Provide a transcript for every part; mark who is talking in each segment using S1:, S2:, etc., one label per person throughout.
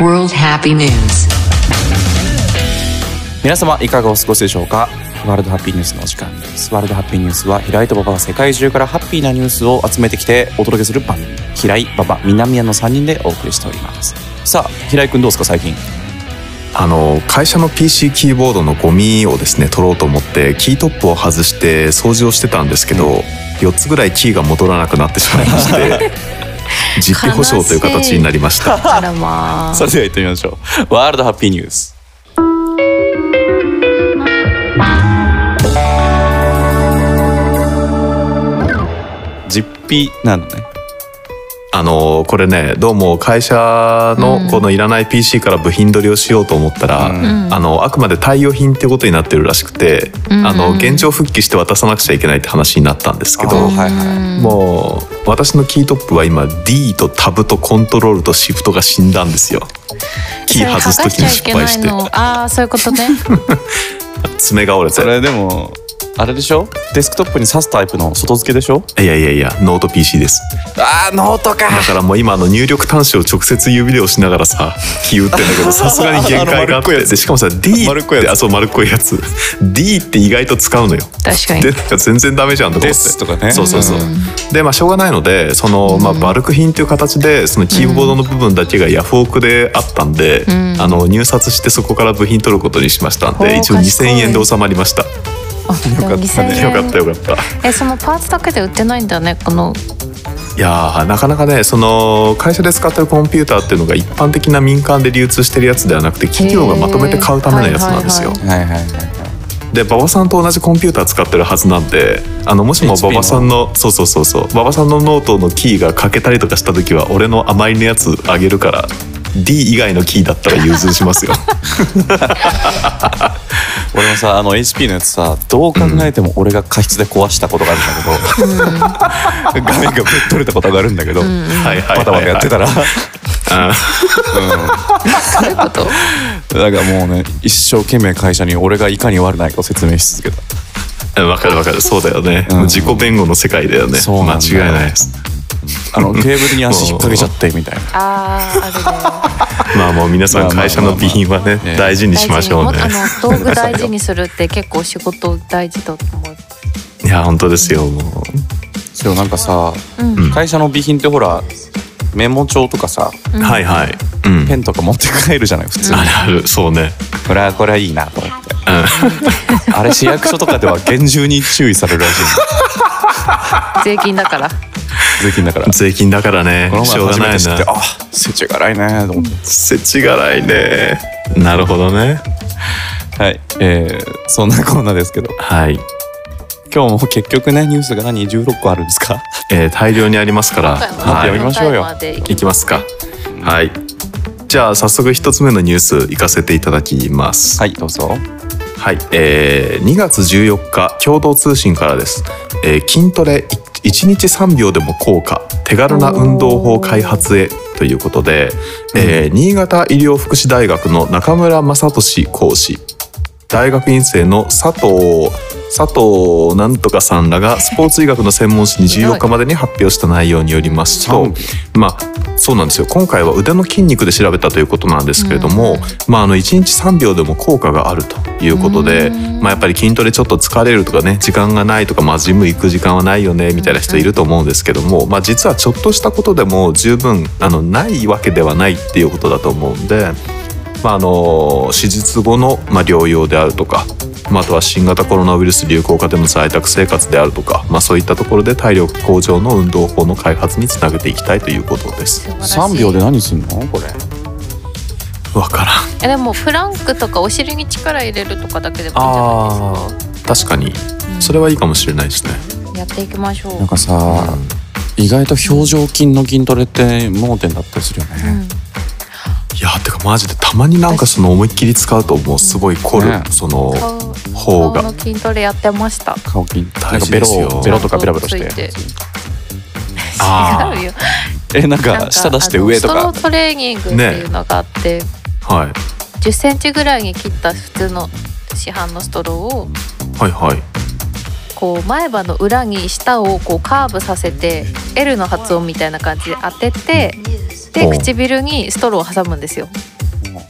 S1: World Happy News.
S2: 皆様いかがお過ごしでしょうかワールドハッピーニュースのお時間ですワールドハッピーニュースは平井と馬場が世界中からハッピーなニュースを集めてきてお届けする番組平井馬場南谷の3人でお送りしておりますさあ平井くんどうですか最近
S3: あの会社の PC キーボードのゴミをですね取ろうと思ってキートップを外して掃除をしてたんですけど、4つぐらいキーが戻らなくなってしまいまして 実費保証という 形になりました
S4: あらまあ
S2: それでは行ってみましょうワールドハッピーニュース実費なのね
S3: あのこれねどうも会社のこのいらない PC から部品取りをしようと思ったら、
S4: ん
S3: あのあくまで貸与品ってことになってるらしくて、
S4: ん
S3: あの現状復帰して渡さなくちゃいけないって話になったんですけ
S2: あ
S3: ど
S2: ーはいはい
S3: もう私のキートップは今 D とタブとコントロールとシフトが死んだんですよキー外す時に失敗して
S4: ああーそういうこと ね
S3: 爪が折れ
S2: そ
S3: て
S2: れでもあれでしょデスクトップに挿すタイプの外付けでしょ
S3: いやいやいやノート PC です
S2: あーノートか
S3: だからもう今あの入力端子を直接指で押しながらさキー打ってんだけどさすがに限界が
S2: あの丸
S3: あっ
S2: っこい
S3: て
S2: やつ
S3: でしかもさ D
S2: 丸っこいや
S3: っ
S2: つ
S3: てあそう丸っこいやつ D って意外と使うのよ
S4: 確かに
S3: でなんか全然ダメじゃんとか
S2: で
S3: 思って
S2: すとかね
S3: そうそうそうでまあしょうがないのでその、まあ、バルク品という形でそのキーボードの部分だけがヤフオクであったんで、あの入札してそこから部品取ることにしましたん
S4: おー
S3: で一応2000
S4: 賢い
S3: 円で収まりましたよ
S4: よかったね
S3: かったよかった
S4: えそのパーツだけで売ってないんだねこの
S3: いやーなかなかねその会社で使ってるコンピューターっていうのが一般的な民間で流通してるやつではなくて企業がまとめて買うためのやつなんですよ
S4: へーはいはいはい
S2: はいはいはい
S3: で馬場さんと同じコンピューター使ってるはずなんであのもしも
S2: HP の
S3: 馬場さんのそうそうそうそう馬場さんのノートのキーが欠けたりとかした時は俺の甘いのやつあげるから D 以外のキーだったら融通しますよ
S2: 俺もさあの HP のやつさどう考えても俺が過失で壊したことがあるんだけど、画面がぶっ取れたことがあるんだけど、
S3: はいはいはいはい
S2: バタバタやってたら、
S3: あ
S4: どういうこと
S2: だからもうね一生懸命会社に俺がいかに悪ないかを説明し続けた
S3: ーわかるわかるそうだよね、
S2: うん
S3: 自己弁護の世界だよね
S2: そうなんだよ
S3: 間違いないです
S2: あのテーブルに足引っ掛けちゃってみたいな
S4: あああるね
S3: まあもう皆さ
S2: ま
S3: ん
S2: あまあ
S3: 会社の備品はね
S2: まあまあね
S3: 大事にしましょう
S4: 大
S3: ね
S4: 事にもあ の道具大事にするって結構仕事大事だと思う
S3: いや本当ですよも
S2: そうなんかさ、
S4: うん
S2: 会社の備品ってほらメモ帳とかさ
S3: う、はいはい、うん
S2: ペ、ンとか持って帰るじゃない普通、
S3: あるあるそうね
S2: これはこれはいいなと思って、あれ市役所とかでは厳重に注意されるらしい
S4: 税金だから
S2: の税金だから
S3: 税金だからね
S2: この
S3: しょう
S2: 前
S3: が
S2: 初
S3: ない
S2: めて
S3: な
S2: 知ってあ世知辛いねと思って
S3: せちがらいねなるほどね
S2: はいえー、そんなコーナーですけど
S3: はい、
S2: 今日も結局ねニュースが何16個あるんですか
S3: えー大量にありますから、
S2: もっと
S3: は
S2: やり
S3: い、
S2: ましょうよ
S4: このタイマーでいき
S3: いきますかはいじゃあ早速一つ目のニュース行かせていただきま す
S2: はいどうぞ
S3: はい、えー2月14日共同通信からです、えー筋トレい1日3秒でも効果手軽な運動法開発へということで、えー新潟医療福祉大学の中村雅俊講師大学院生の佐藤佐藤なんとかさんら がスポーツ医学の専門誌に14日までに発表した内容によりますと
S2: 3
S3: まあそうなんですよ今回は腕の筋肉で調べたということなんですけれども、まあ、あの1日3秒でも効果があるということで、まあ、やっぱり筋トレちょっと疲れるとかね時間がないとか、まあ、ジム行く時間はないよねみたいな人いると思うんですけども、まあ、実はちょっとしたことでも十分あのないわけではないっていうことだと思うんで。まあ、あの手術後の、まあ、療養であるとか、まあ、あとは新型コロナウイルス流行下での在宅生活であるとか、まあ、そういったところで体力向上の運動法の開発につなげていきたいということで
S4: 素
S3: す。
S4: 晴らしい
S2: 3秒で何すんのこれ
S3: わからん
S4: えでもフランクとかお尻に力入れるとかだけでもいいんじゃない
S3: あー確かにそれはいいかもしれないですね。
S4: ですかやっていきましょう
S2: なんかさ意外と表情筋の筋トレって盲点だったりするよね、
S3: いやーてかマジでたまになんかその思いっきり使うともうすごい凝る、
S2: ね
S3: その
S4: 顔顔
S3: 方が
S4: の筋トレやってました
S2: 顔筋な
S3: 大
S2: んか
S3: 事
S2: ベ
S3: ですよ
S2: ロをベロとかベラベラし
S4: つい
S2: て
S4: て
S3: あ
S4: 違うよ
S2: えなん
S4: なん
S2: か
S4: か
S2: 舌出して上と
S4: あ
S2: か
S4: のストロートレーニングっていうのがあって、
S3: はい
S4: 1 0ンチぐらいに切った普通の市販のストローを
S3: はいはい
S4: こう前歯の裏に舌をこうカーブさせて L の発音みたいな感じで当ててで
S3: おう
S4: 唇にストローを挟むんですよ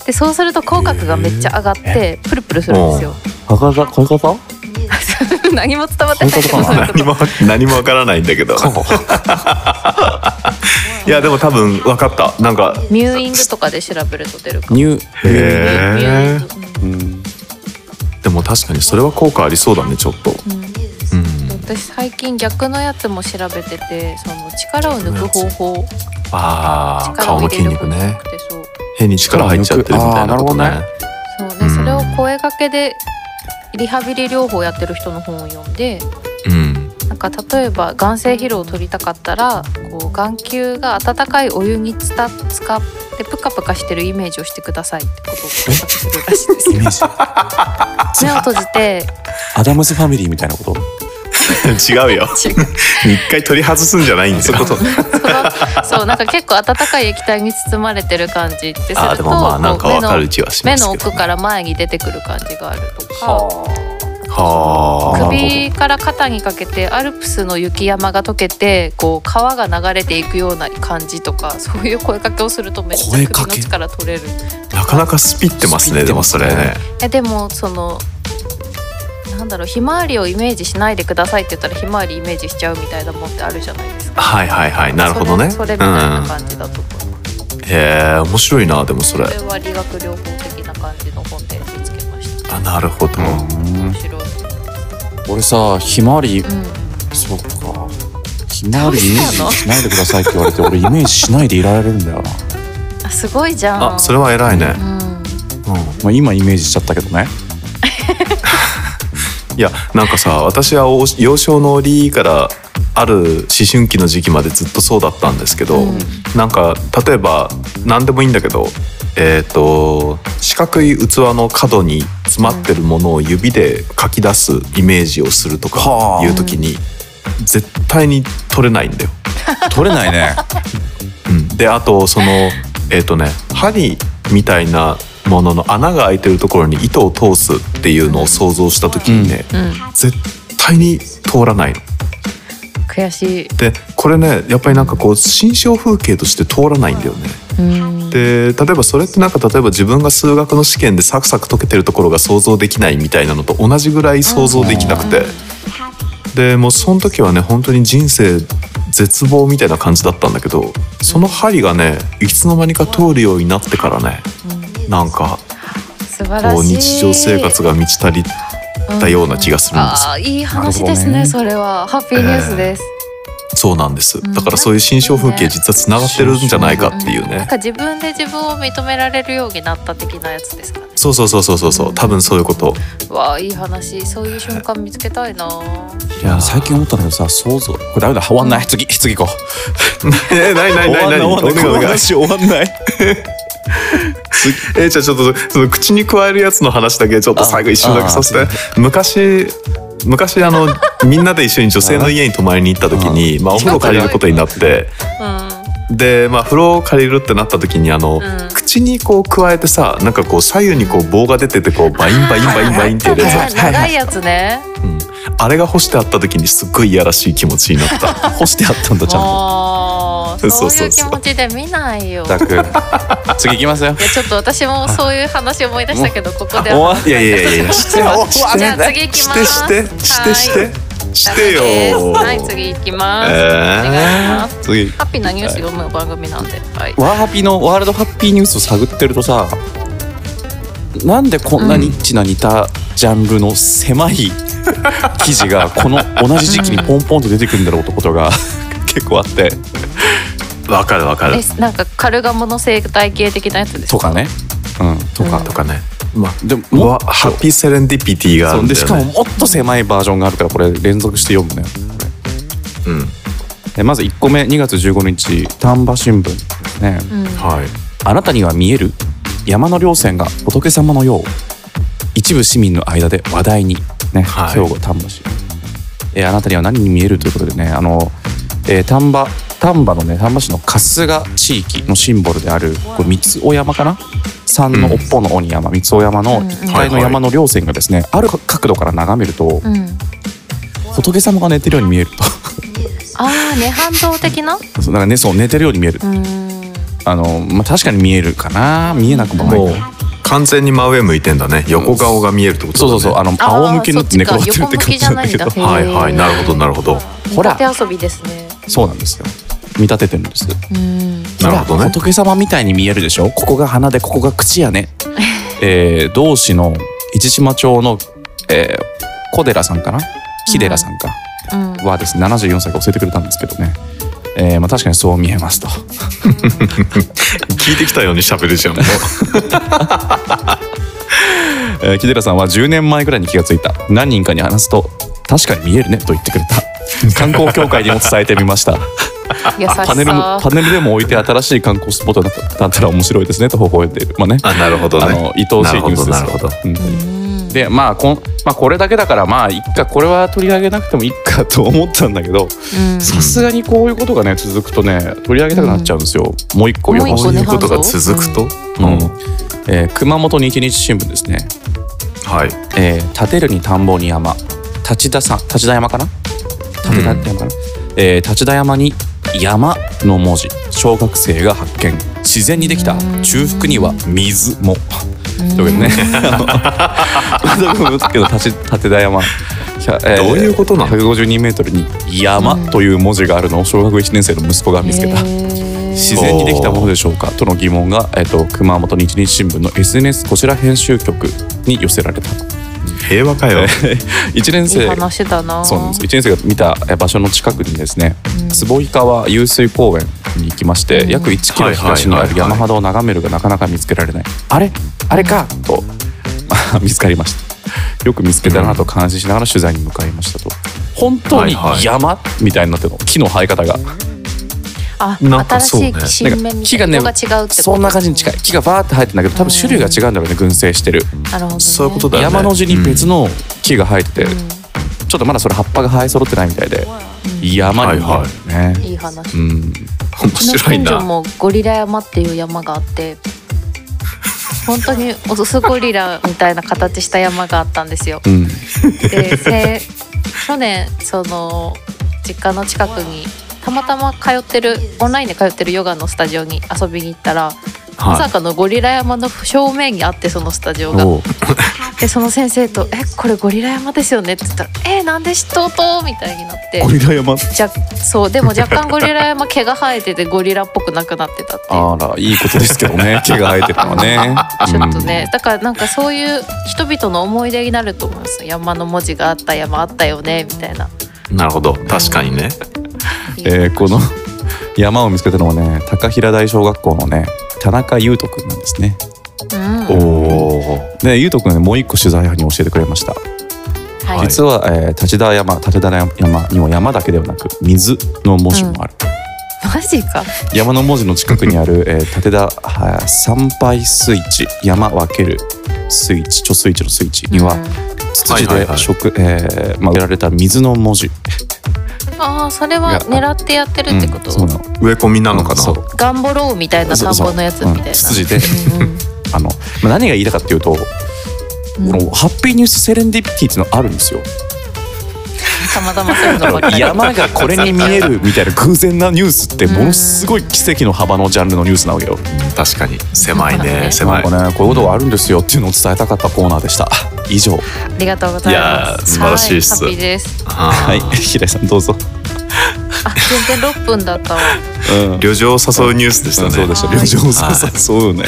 S4: でそうすると口角がめっちゃ上がってプルプルするんですよ
S2: こういうことこういうこと
S4: 何も伝わってないけど
S2: 本当
S4: そういうこ
S3: 何も何もわから ないんだけどいやでも多分わかったなんか
S4: とミューイングとかで調べると出るかも
S2: ニ
S4: ミュ
S2: ュ
S3: へ
S4: ーイン
S3: え
S4: グ
S2: うん
S3: でも確かにそれは効果ありそうだねちょっと
S4: うんうん
S3: うん
S4: 私最近逆のやつも調べててその力を抜く方法
S3: ああ
S4: 力
S3: 顔
S4: を
S3: の
S4: 入れ
S3: 筋
S4: る方
S3: 肉
S4: 法
S3: ね
S4: ってそう
S3: 変に力入っちゃってるみたいなこと
S2: あーな
S3: ね
S4: そうで
S3: うん
S4: それを声掛けでリハビリ療法やってる人の本を読んで
S3: うん
S4: なんか例えば眼性疲労を取りたかったらこう眼球が温かいお湯につた使ってプカプカしてるイメージをしてくださいってことを検索するらしいです
S2: イ
S4: よ
S2: メージ
S4: 目を閉じて
S2: アダムズファミリーみたいなこと
S3: 違 うよ一回取り外すんじゃないんだ
S4: そ
S3: よ
S4: のそうなんか結構温かい液体に包まれてる感じってする
S3: あーで
S4: と
S3: もまあなんか
S4: こう
S3: わかる気はしま
S4: 目
S3: すけ
S4: の
S3: ど、
S4: 目
S3: ね、
S4: の奥から前に出てくる感じがあるとか
S3: はあ
S4: 首から肩にかけてアルプスの雪山が溶けてこう川が流れていくような感じとか そういう声かけをするとめっちゃ
S3: 声
S4: 首
S3: かけ
S4: の力取れる
S3: なかなかスピってます
S2: ス
S3: ね
S2: ピって
S3: でも
S2: ます
S3: そ
S2: ね
S3: れね
S4: えでもそのなんだろうひまわりをイメージしないでくださいって言ったらひまわりイメージしちゃうみたいなもんってあるじゃないですか。
S3: はいはいはいなるほどね
S4: それそれみたいな感じだと思います。
S3: うん、へえ面白いなでもそれ
S4: それは理学療法的な感じの本で見つけました。
S3: あなるほど、
S4: 面白い。
S2: 俺さひまわり
S4: うん。
S2: そうかひまわりイメージしないでくださいって言われて俺イメージしないでいられるんだよ
S4: あ
S2: な、
S4: すごいじゃん。
S3: あそれは偉いね
S4: う、ん。
S3: うん
S2: まあ、今イメージしちゃったけどね
S3: いやなんかさ私はお幼少の折からある思春期の時期までずっとそうだったんですけど、
S4: うん
S3: なんか例えば何でもいいんだけどえっ、と四角い器の角に詰まってるものを指で書き出すイメージをすると
S2: は
S3: か
S2: あ
S3: いう時に絶対に取れないんだよ。
S2: 取れないね
S3: うん、であとそのえっ、とね針みたいなものの穴が開いてるところに糸を通すっていうのを想像した時にね、
S4: うん。
S3: 絶対に通らないの。
S4: 悔しい。
S3: でこれねやっぱりなんかこう心象風景として通らないんだよね。
S4: うん。
S3: で例えばそれってなんか例えば自分が数学の試験でサクサク解けてるところが想像できないみたいなのと同じぐらい想像できなくて、でもうその時はね本当に人生絶望みたいな感じだったんだけどその針がねいつの間にか通るようになってからねなんか
S4: 素晴ら
S3: こう
S4: しい。
S3: 日常生活が満ち足りたような気がするんですよ
S4: ああーいい話です
S2: な
S4: ね
S2: るほ
S4: それはハッピーニュースです、
S3: そうなんです
S4: ん
S3: だからそういう心象風景実はつながってるんじゃないかっていう
S4: なん
S3: ね
S4: か自分で自分を認められるようになった的なやつですかね
S3: そうそうそうそうそうそう多分そういうこと
S4: わあいい話そういう瞬間見つけたいなあ
S2: いや最近思ったんだけどさ想像これダメだ終わんない次次行こう
S3: えないないないないお願いお願い
S2: 終わんない
S3: えーじゃあちょっとその口に加えるやつの話だけちょっと最後一瞬だけさせて昔昔 あのみんなで一緒に女性の家に泊まりに行った時にまあお風呂借りることになってでまあ風呂を借りるってなった時にあの、
S4: ん
S3: 口にこう加えてさなんかこう左右にこう棒が出ててこうバインバインバインバインって入れるやつ
S2: はい
S4: 長いやつね
S3: あれが干してあった時にすっごいいやらしい気持ちになった
S2: 干してあったんだちゃんと
S4: あー
S3: そ
S4: そううい
S3: そ
S4: うう気
S3: そう
S4: 持ちで見ないよ
S2: ったく次行きますよ
S4: いやちょっと私もそういう話思い出したけどここで
S2: 終わ
S4: は
S2: ん
S3: いやいやいや いやして
S4: じゃあ次行き
S3: し
S4: ま
S3: て
S4: す
S3: してしてしてして
S4: ダメです
S3: よ
S4: はい次行きます、
S3: えー
S4: お願いします
S2: 次
S4: ハッピーなニュース読む番組なんで、はい、
S2: ワーハピのワールドハッピーニュースを探ってるとさなんでこんなニッチな似たジャンルの狭い記事がこの同じ時期にポンポンと出てくるんだろうってことが 結構あって
S3: わかるわかる
S4: えなんかカルガモの生態系的なやつです
S2: とかねうんとか
S3: とかねまあ
S2: でも
S3: う
S2: も
S3: わハッピーセレンディピティがあ
S2: そ
S3: る
S2: うん
S3: だよ、ね、
S2: でしかももっと狭いバージョンがあるからこれ連続して読むね
S3: うん
S2: えまず1個目2月15日丹波新聞ですね、
S4: うん、
S3: はい
S2: あなたには見える山の稜線が仏様のよう一部市民の間で話題に、ね
S3: はい
S2: 兵庫丹波市、えーあなたには何に見えるということでねあの、えー丹波丹波のね丹波市の春日地域のシンボルであるこれ三尾山かな三の尾っぽの鬼山、三尾山の一帯の山の稜線がですね、ある角度から眺めると
S4: うん、
S2: 仏様が寝てるように見えると
S4: ああ涅槃堂的な
S2: そうなんかねそう寝てるように見える
S4: うん
S2: あの、まあ、確かに見えるかな見えなくもない
S3: もう
S2: かな
S3: 完全に真上向いてんだね横顔が見えるってことだ、
S2: そう
S3: ね、
S2: そうそうあの
S4: あー
S2: 仰向けになって寝転がってるって感じなんだけど
S4: そっちか横向きじゃないんだ
S3: はいはいなるほどなるほど
S2: ほら
S4: 見立て遊びですね
S2: そうなんですよ見立ててるんです
S4: うん
S3: なるほど
S2: ほ
S3: ね
S2: ら仏様みたいに見えるでしょここが鼻でここが口や ねえー、同志の市島町の、えー、小寺さんかな木寺さんか、
S4: うん
S2: はですね74歳が教えてくれたんですけどね、えーまあ、確かにそう見えますと
S3: 聞いてきたように喋るじゃ んもう
S2: えー木寺さんは10年前ぐらいに気がついた何人かに話すと確かに見えるねと言ってくれ た観光協会にも伝えてみました
S4: 優しさ
S2: パネルもパネルでも置いて新しい観光スポットだっただったら面白いですねと微笑んでいるまあね
S3: あなるほど
S2: あ
S3: ね
S2: の愛おしいニュースです
S3: なるほどなる
S2: う
S3: ほど
S2: ん
S4: うん
S2: でまあこんまあこれだけだからまあいっかこれは取り上げなくてもいいかと思ったんだけど
S4: うん
S2: さすがにこういうことがね続くとね取り上げたくなっちゃうんですよ、もう一個
S4: も
S2: よ
S4: う一個
S3: こういうことが
S4: 半蔵
S3: 続くと、
S2: うんえー熊本日日新聞ですね、
S3: はい
S2: えー立てるに田んぼに山立田さん立田山かな立田って山かな、えー立田山に山の文字小学生が発見自然にできた中腹には水もというわけでねあの どこも打つけど立ち立田山ひゃえー
S3: どういうことなの
S2: 152メートルに山という文字があるのを小学1年生の息子が見つけた。自
S4: 自
S2: 然にできたものでしょうかとの疑問が、えっと、熊本日日新聞の SNS こちら編集局に寄せられた
S3: 平和かよ
S2: 1年
S4: いい
S2: 生
S4: 話だな
S2: そうなんです1年生が見たえ場所の近くにですね坪井川遊水公園に行きまして、
S4: うん
S2: 約1キロ東にある山肌を眺めるがなかなか見つけられない、あれあれかと、 まあ、見つかりましたよく見つけたなと監視しながら取材に向かいましたと本当に
S3: はいはい
S2: 山みたいになってるの木の生え方が
S4: あ
S3: なん
S4: 新
S3: かそうね
S4: しい新芽みたいな
S2: なんか
S4: 色が違うってこと
S2: そんな感じに近い木がバーって生えてんだけど多分種類が違うんだろうね群生してる
S4: なるほどね
S3: そういうことだよね
S2: 山の字に別の木が生えてて、
S4: う
S2: ちょっとまだそれ葉っぱが生え揃ってないみたいで
S4: んうん
S2: 山に見えるね、
S4: いい話
S2: うん
S3: 面
S4: うちの
S3: 白い
S4: 近所
S3: な
S4: もゴリラ山っていう山があって本当にオスゴリラみたいな形した山があったんですよ。
S2: うん
S4: でせ去年その実家の近くにたまたま通ってるオンラインで通ってるヨガのスタジオに遊びに行ったら、まさかのゴリラ山の正面にあってそのスタジオが
S2: おう
S4: でその先生と「えこれゴリラ山ですよね」って言ったら「えなんで知っとうと?」みたいになって
S2: ゴリラ山
S4: じゃそうでも若干ゴリラ山毛が生えててゴリラっぽくなくなってたっていう。
S2: あらいいことですけどね毛が生えてるのはね
S4: ちょっとね、だからなんかそういう人々の思い出になると思います山の文字があった山あったよねみたいな、
S3: なるほど確かにね
S2: うんえーこの 山を見つけたのはね高平台小学校のね田中優斗くんなんですね
S4: うん、
S3: お
S2: で優斗くんねもう一個取材班に教えてくれました、
S4: はい
S2: 実は、えー立田山立田山にも山だけではなく水の文字もある、
S4: マジか。
S2: 山の文字の近くにあ る、えー立田は参拝水地山分ける水地貯水池の水地には、ツツジ
S3: はい
S2: で
S3: はいはい
S2: 食えーまあ植えられた水の文字
S4: ああ、それは狙ってやってるってこと。
S2: うんそうなの
S3: 植え込みなのかな
S2: そう
S4: ガンボロウみたいな田んぼのやつみたいな。
S2: ツツジで
S4: うんうん
S2: あの、まあ、何が言いたかっていうと、
S4: うん
S2: このハッピーニュースセレンディピティっていうのあるんです よ
S4: たまたまそういうのばっかり。
S2: 山がこれに見えるみたいな偶然なニュースってものすごい奇跡の幅のジャンルのニュースなわけよ
S3: 確かに狭い
S4: そうだね
S3: ね
S2: な
S3: 狭
S2: ん
S3: い
S2: かねこういうことがあるんですよっていうのを伝えたかったコーナーでした以上
S4: ありがとうございます。
S3: いやー素晴らしいっす
S4: はハッピーです。
S2: は
S3: はい
S2: い平井さんどうぞ
S4: あ、全然六分だったわ。
S2: うん
S3: 旅情を誘うニュースでしたね
S2: そうでした
S4: はい
S2: 旅情ささそうよね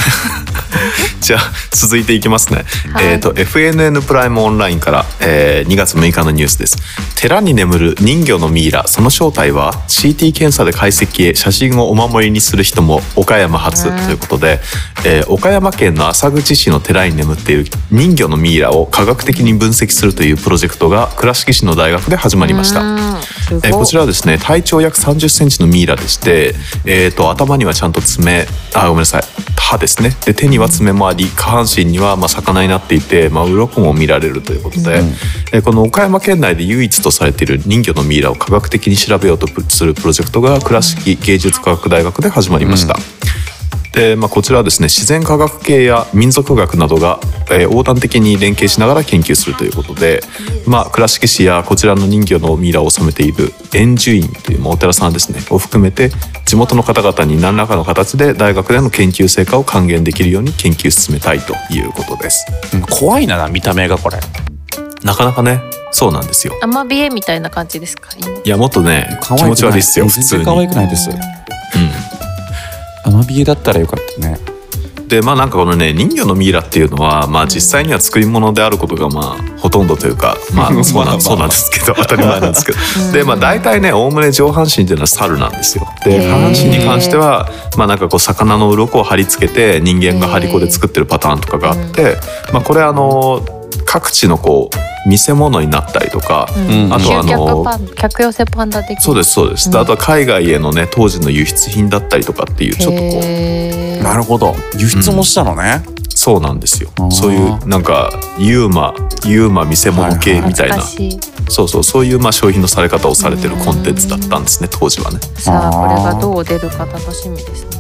S3: じゃあ続いていきますね、
S4: はい
S3: えっ、と FNN プライムオンラインから、えー2月6日のニュースです寺に眠る人魚のミイラその正体は CT 検査で解析へ写真をお守りにする人も岡山発ということで、えー岡山県の浅口市の寺に眠っている人魚のミイラを科学的に分析するというプロジェクトが倉敷市の大学で始まりました、
S4: うんすごい
S3: えーこちらはですね体長約3 0センチのミイラでして、えー、と頭にはちゃんと爪あごめんなさい歯ですねで手には爪もあり下半身にはまあ魚になっていて、まあ鱗も見られるということで、えーこの岡山県内で唯一とされている人魚のミイラを科学的に調べようとするプロジェクトが倉敷芸術科学大学で始まりました。でえーまあ、こちらはですね自然科学系や民族学などが、えー横断的に連携しながら研究するということで、まあ、倉敷市やこちらの人魚のミイラを収めている円珠院という、まあ、お寺さんですねを含めて地元の方々に何らかの形で大学での研究成果を還元できるように研究進めたいということです。
S2: うん怖いな見た目がこれ
S3: なかなかねそうなんですよ
S4: アマビエみたいな感じですか犬
S3: いやもっとね
S2: 可愛く
S3: 気
S2: ない
S3: 持ち悪いっすよ普
S2: 全
S3: 通
S2: 然
S3: に。
S2: 可愛くないですアマビエだったらよかったね
S3: でまあなんかこのね人魚のミイラっていうのは、まあ、実際には作り物であることがまあほとんどというか、ま
S2: まあ
S3: あ、そ
S2: ま
S3: う
S2: あま
S3: な
S2: あ
S3: んそうなんですけど当たり前なんですけど
S4: うん
S3: でまあ大体ねおおむね上半身っていうのは猿なんですよ。で
S4: へー
S3: 下半身に関してはまあなんかこう魚の鱗を貼り付けて人間が張り子で作ってるパターンとかがあって、まあ、これあの各地のこう見せ物になったりとか、
S2: うん
S3: あとはあの
S4: 客パン客寄せパンダ的な
S3: そうですそうです、であとは海外へのね当時の輸出品だったりとかっていうちょっとこう
S4: へー
S2: なるほど輸出もしたのね、
S3: そうなんですよ
S2: あー
S3: そういうなんかユーマユーマ見せ物系みたいな、
S4: 懐かしい
S3: そうそうそういうまあ商品のされ方をされてるコンテンツだったんですね当時はね
S4: さあこ
S2: あー
S4: れがどう出るか楽しみですね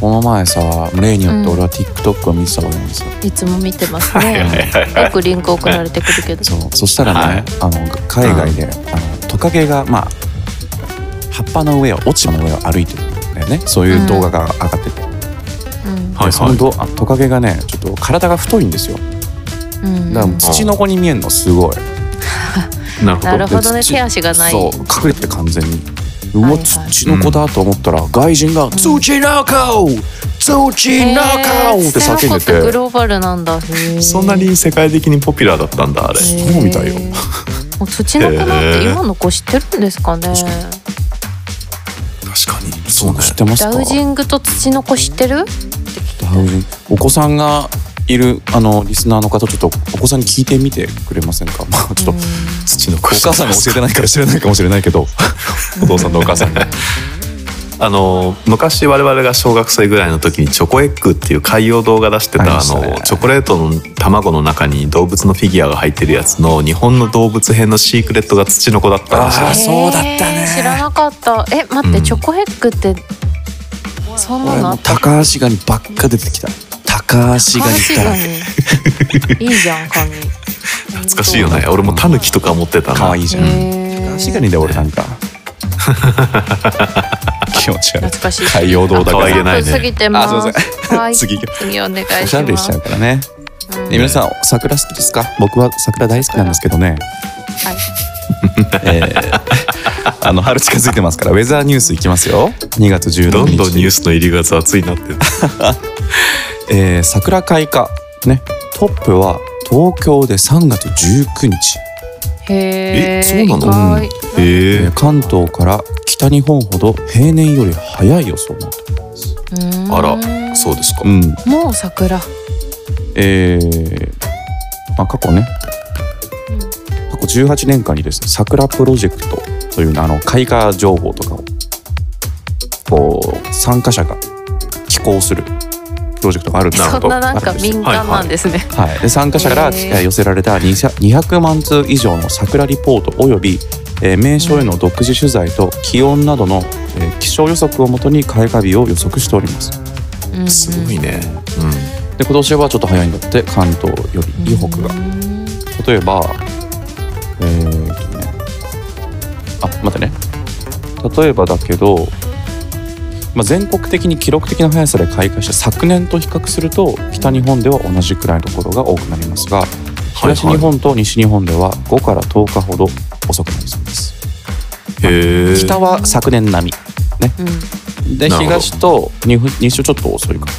S2: この前さ例によって俺は TikTok を見てたわけなんですよ、
S4: いつも見てます
S3: はいは
S4: ね
S3: いはい
S4: よくリンク送られてくるけど
S2: そうそしたらね、
S3: はい
S2: あの海外で、あのトカゲがまあ葉っぱの上を落ち葉の上を歩いてるんだよねそういう動画が上がってて、
S4: うん
S3: はい
S2: そのどあトカゲがねちょっと体が太いんですよ
S4: うん
S2: だから土の子に見えるのすごい、
S3: なるほど
S4: なるほどね
S2: 土
S4: 手足がない
S2: そう隠れてる完全にう
S4: はい
S2: わ
S4: はい
S2: 土の子だと思ったら、外人が「土の子土の子!」って叫ん
S4: へ
S2: で
S4: ーそういうこと
S2: て
S4: グローバルなんだへー
S3: そんなに世界的にポピュラーだったんだあれ
S4: へー
S2: そうみたいよ
S4: もう土の子なんて今の子知ってるんですかね
S2: 確か
S3: 確かに
S2: そ
S3: そううね
S2: 知ってます
S4: ダ
S2: か
S4: ウジングと土の子知ってる
S2: ダウジンお子さんがいるあのリスナーの方ちょっとお子さんに聞いてみてくれませんか、 まあ、ちょっと、
S4: うん
S3: 土の
S2: お
S3: 子
S2: 母さんが教え てないから知らないかもしれないけどお父さんとお母さ んが
S3: あの昔我々が小学生ぐらいの時にチョコエッグっていう海洋動画出してた
S2: あ
S3: あ
S2: りましたね
S3: のチョコレートの卵の中に動物のフィギュアが入ってるやつの日本の動物編のシークレットが土の子だったんですよ
S2: あ
S4: へー
S2: そうだったね
S4: 知らなかったえ待って、
S3: うん
S4: チョコヘッグってそんな
S2: 俺
S4: のあ
S2: も
S4: っ
S2: う
S4: た
S2: 高橋ガニばっか出てきた高橋ガニ
S4: 確
S2: だ
S4: からにいいじゃんカニ
S3: 懐かしいよね俺もタヌキとか持ってた
S2: かわいい
S3: い
S2: じゃん
S4: へ
S2: 高
S4: ー
S2: 橋ガニで俺なん か気持ち悪い
S4: 懐かしい
S2: 海洋堂だか
S3: 可
S2: ら
S3: 愛げないね
S4: 3分過ぎてます
S2: あすいま
S4: はい
S2: 次行き
S4: 次お願いします
S2: おしゃれしちゃうからね、
S4: うん
S2: で皆さん桜好きですか僕は桜大好きなんですけどね、
S4: はい
S2: えーあの春近づいてますからウェザーニュースいきますよ2月16日
S3: どんどんニュースの入りが雑になってる
S2: えー桜開花ねトップは東京で3月19日、
S4: へー
S3: えそうな
S2: の
S4: 意
S3: へ
S4: 外
S2: え
S3: え
S2: ー関東から北日本ほど平年より早い予想になってます
S4: うん
S3: あらそうですか
S2: うん
S4: もう桜
S2: えーまあ、過去ね
S4: うん
S2: 過去18年間にですね桜プロジェクトというあの開花情報とかをこう参加者が寄稿するプロジェクトがあるんです
S3: なる
S4: そ
S3: ほ
S4: ん
S3: ど
S4: ななん
S2: あ
S4: か
S2: るんですよ
S4: 敏感なんですね
S2: はい、で参加者から
S4: へー
S2: えー寄せられた200 200万通以上の桜リポートおよび、えー名所への独自取材と気温などの、えー気象予測をもとに開花日を予測しております
S4: うんうん
S3: すごいね
S2: で今年はちょっと早いんだって関東より以北が
S4: うん
S2: 例えばえーっとねあ待ってね例えばだけど、まあ、全国的に記録的な速さで開花した昨年と比較すると北日本では同じくらいのところが多くなりますが
S3: はい
S2: 東日本と西日本では5から10日ほど遅くなりそうです、
S3: うんへえ
S2: 北は昨年
S4: う
S2: 並
S4: ん
S2: みで
S3: なるほど
S2: 東と日本西はちょっと遅いかだっ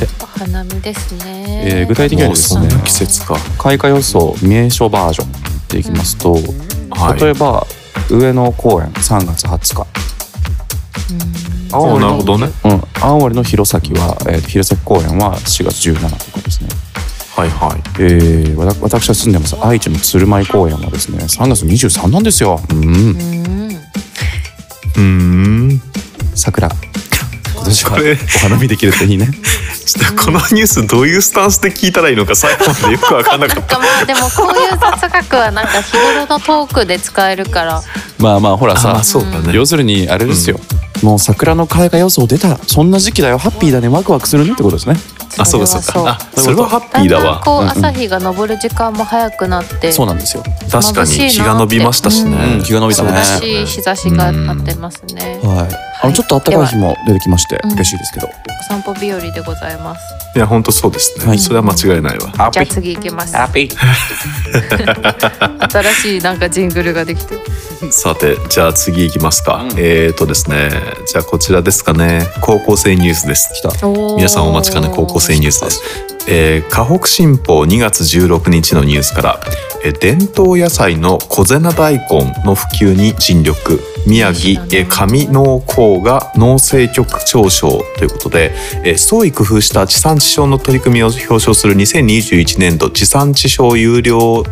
S2: て
S4: お花見ですね、
S2: えー具体的には
S3: も
S2: で
S3: う
S2: す
S3: そ
S2: ね
S3: んな季節か
S2: 開花予想名所バージョンっていきますと、
S3: はい
S2: 例えば上野公園3月20日、
S4: うん
S2: 青
S3: あ
S2: 森
S3: な
S2: の
S3: るほどね
S2: うん、青森の弘前は、えー弘前公園は4月17とかですね、
S3: はいはい
S2: えーわた私が住んでます愛知の鶴舞公園はですね3月23なんですようん
S4: うん
S3: うーん
S2: 桜今年は
S3: これ
S2: お花見できるといいね
S3: ちょっとこのニュースどういうスタンスで聞いたらいいのか最後までよく分かんなか
S4: な
S3: っ
S4: んかまあでもこういう雑学はなんか日頃のトークで使えるから
S2: まあまあほら
S3: た
S2: さ
S3: あそうだね
S2: 要するにあれですよ、の桜の開花予想出たそんな時期だよハッピーだねワクワクするねってことですね
S3: あそうか
S4: そ
S3: そ
S4: れ
S3: う
S4: は
S3: かあ
S2: そう
S3: それはハッ
S4: だ
S3: ピ
S4: ん
S3: ーだ
S4: だん
S3: わ
S4: こう
S2: うんうん
S4: 朝日が昇る時間も早くなって
S2: そうなんですよ、
S3: 確かに
S4: 眩しい
S3: 日
S4: なって
S3: が伸びましたしね、
S2: うん、日が伸びた
S4: 素
S2: ね
S4: 晴ら
S2: は
S4: しい日差しが当ってますね、
S2: いあのちょっと暖かい日も出てきまして
S4: うん
S2: 嬉しいですけど、
S4: お散歩日和でございます
S3: いや本当そうですね、
S2: はい
S3: それは間違いないわ
S2: ハ
S4: じゃあ次行きます
S2: ピー
S4: 新しいなんかジングルができてる
S3: さてじゃあ次行きますか、
S2: うん
S3: えーとですねじゃあこちらですかね高校生ニュースです
S2: 来た
S3: 皆さんお待ちかね高校生ニュースです、えー、河北新報2月16日のニュースから、えー伝統野菜の小瀬菜大根の普及に尽力宮城えー上農工が農政局長賞ということで、えー創意工夫した地産地消の取り組みを表彰する2021年度地産地消有料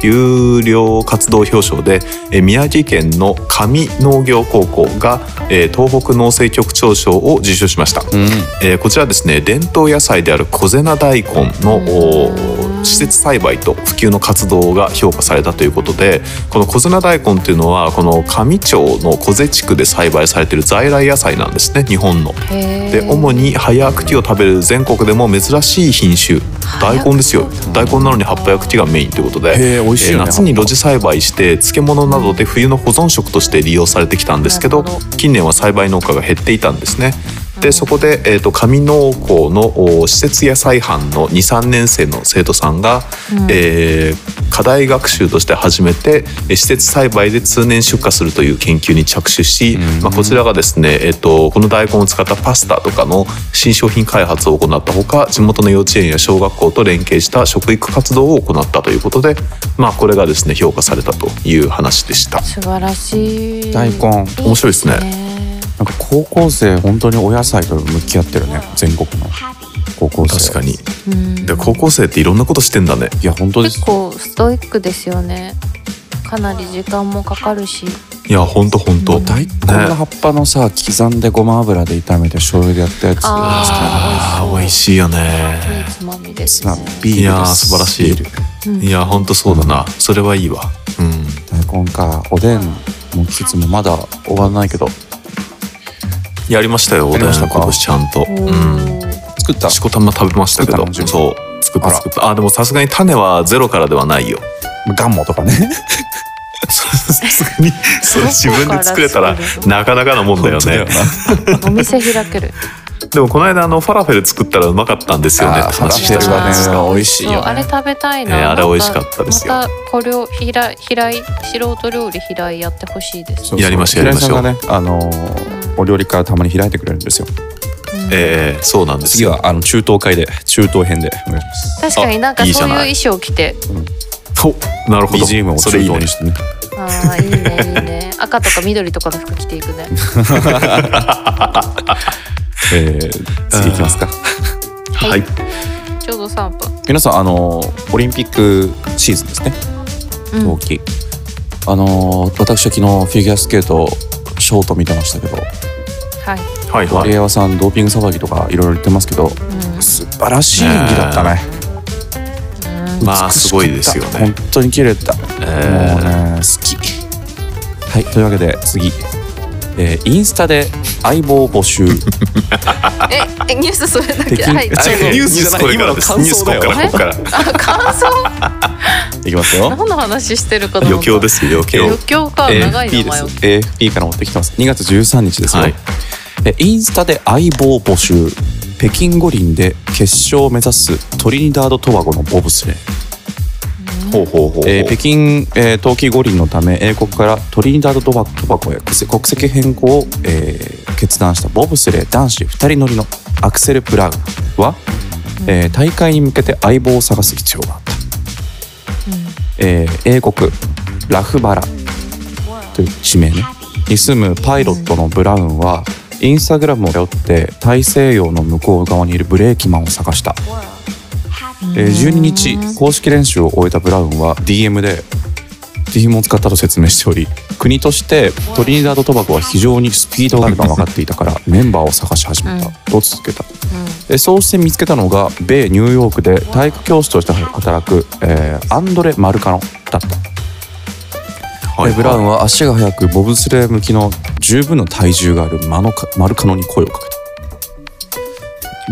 S3: 有料活動表彰で、えー宮城県の上農業高校が、えー東北農政局長賞を受賞しました。
S2: うん
S3: えーこちらですね伝統野菜である小瀬菜大根のおー施設栽培と普及の活動が評価されたということでこの小瀬菜大根っていうのはこの上町の小瀬地区で栽培されている在来野菜なんですね日本の。
S4: で
S3: で主に早茎を食べる全国でも珍しい品種大根ですよ大根なのに葉っぱや茎がメインということで
S2: へえ美味しいよね
S3: えー夏に露地栽培して漬物などで冬の保存食として利用されてきたんですけど
S4: なるほど
S3: 近年は栽培農家が減っていたんですね。でそこで、えー、と上農校のお施設野菜班の23年生の生徒さんが、えー課題学習として始めてえー施設栽培で通年出荷するという研究に着手し、まあ、こちらがですね、えー、とこの大根を使ったパスタとかの新商品開発を行ったほか地元の幼稚園や小学校と連携した食育活動を行ったということで、まあ、これがですね評価されたという話でした。
S4: 素晴らしい
S2: 大根なんか
S3: 面白いですね
S4: ね
S2: 高校生本当にお野菜と向き合ってるね全国の高校生
S3: 確かに
S4: うん
S3: で高校生っていろんなことしてんだね
S2: いや本当です
S4: 結構ストイックですよねかなり時間もかかるし
S3: いやほんとほんと、
S2: 大根の葉っぱのさ刻んでごま油で炒めて醤油でやったやつ
S4: あ
S3: あー美味しいよね
S4: いいつまみです
S2: まあ
S4: ね
S2: ビールです
S3: いやー素晴らしい
S2: ビール
S4: うん
S3: いやほんとそうだなそれはいいわうん
S2: 大根かおでんも季節もまだ終わらないけど
S3: やりましたよおでん
S2: やりました
S3: 今
S2: か
S3: 年ちゃんと
S4: お
S3: うん
S4: ー
S2: 作った
S3: しこたま食べましたけ
S2: 作
S3: ど
S2: ったの自分
S3: そう作っ
S2: あ
S3: た
S2: ら
S3: 作ったあでもさすがに種はゼロからではないよ
S2: ガンモとかね
S3: さすがにそれ自分で作れたら
S4: どこから作る
S3: なかなかのもんだよね
S4: お店開ける
S3: でもこの間あのファラフェル作ったらうまかったんですよねって話して
S4: フ
S3: る
S4: ァラフェル
S2: がね美味しいよ
S4: そうあれ
S2: ね
S4: 食べたいな、
S3: ねあれ
S4: ま
S3: 美味しかったですよ
S4: またこれをひらひらい素人料理ひらいやってほしいです
S2: そうそう
S3: やりましょうやりましょう
S2: 平井さんがねあのーお料理からたまに開いてくれるんですよ
S4: うん
S3: えーそうなんです
S2: 次
S3: よ
S2: はあの中東会で中東編でお願いしま
S4: 確
S2: す
S4: かになんか
S3: あいいじ
S4: そ
S3: ゃ
S4: ういう
S3: ない
S4: 衣装着て
S3: おなるほど
S2: BGM を中
S3: それいい
S2: 東
S3: ね
S2: にしてね
S4: ああいいねいいね赤とか緑とかの服着ていくね
S2: えー次いきますか
S4: はい
S3: はい
S4: ちょうど3分
S2: 皆さんあのーオリンピックシーズンですね
S4: うん
S2: 冬季、あのー私は昨日フィギュアスケートショート見てましたけど
S4: はい、
S3: はい
S2: ワ
S3: は
S2: リ
S3: い
S2: エワさんドーピング騒ぎとかいろいろ言ってますけど素晴らしい演技だったね
S4: うん
S3: まあ
S2: 美し
S3: す
S2: かっ
S3: ご
S2: た
S3: いですよね
S2: 本当に綺麗だった、
S3: えー
S2: もうね好きはいというわけで次、えーインスタで相棒募 集
S4: ええニュースそれだけ
S2: 敵
S4: はい
S2: あ違うニュースじゃない
S3: これからです
S2: 今の感想だよ
S3: ニュースこれからここか
S4: あ感 想
S2: いきますよ
S4: 何の話してるかと
S3: ら
S4: 思った
S3: 余興ですよ余興
S4: 余興か長い
S2: AFP
S4: 名
S2: で
S4: 前
S2: す
S4: を
S2: AFP から持ってきてます2月13日ですよ、
S3: はい
S2: えインスタで相棒募集北京五輪で決勝を目指すトリニダード・トバゴのボブスレー
S3: ほうほうほうほう
S2: えー北京、えー冬季五輪のため英国からトリニダード・トバトバコへ国籍国籍変更を、えー決断したボブスレー男子2人乗りのアクセル・プラグは、えー大会に向けて相棒を探す必要があった、えー英国ラフバラという地名ねに住むパイロットのブラウンはインスタグラムを背負って大西洋の向こう側にいるブレーキマンを探したえー12日公式練習を終えたブラウンは DM で DM を使ったと説明しており国としてトリニダード・トバゴは非常にスピードがあるのが分かっていたからメンバーを探し始めた
S4: うん
S2: と続けた、えーそうして見つけたのが米ニューヨークで体育教師として働く、えーアンドレ・マルカノだった
S3: はい
S2: でブラウンは足が速くボブスレー向きの十分の体重があるマノカマルカノに声をかけた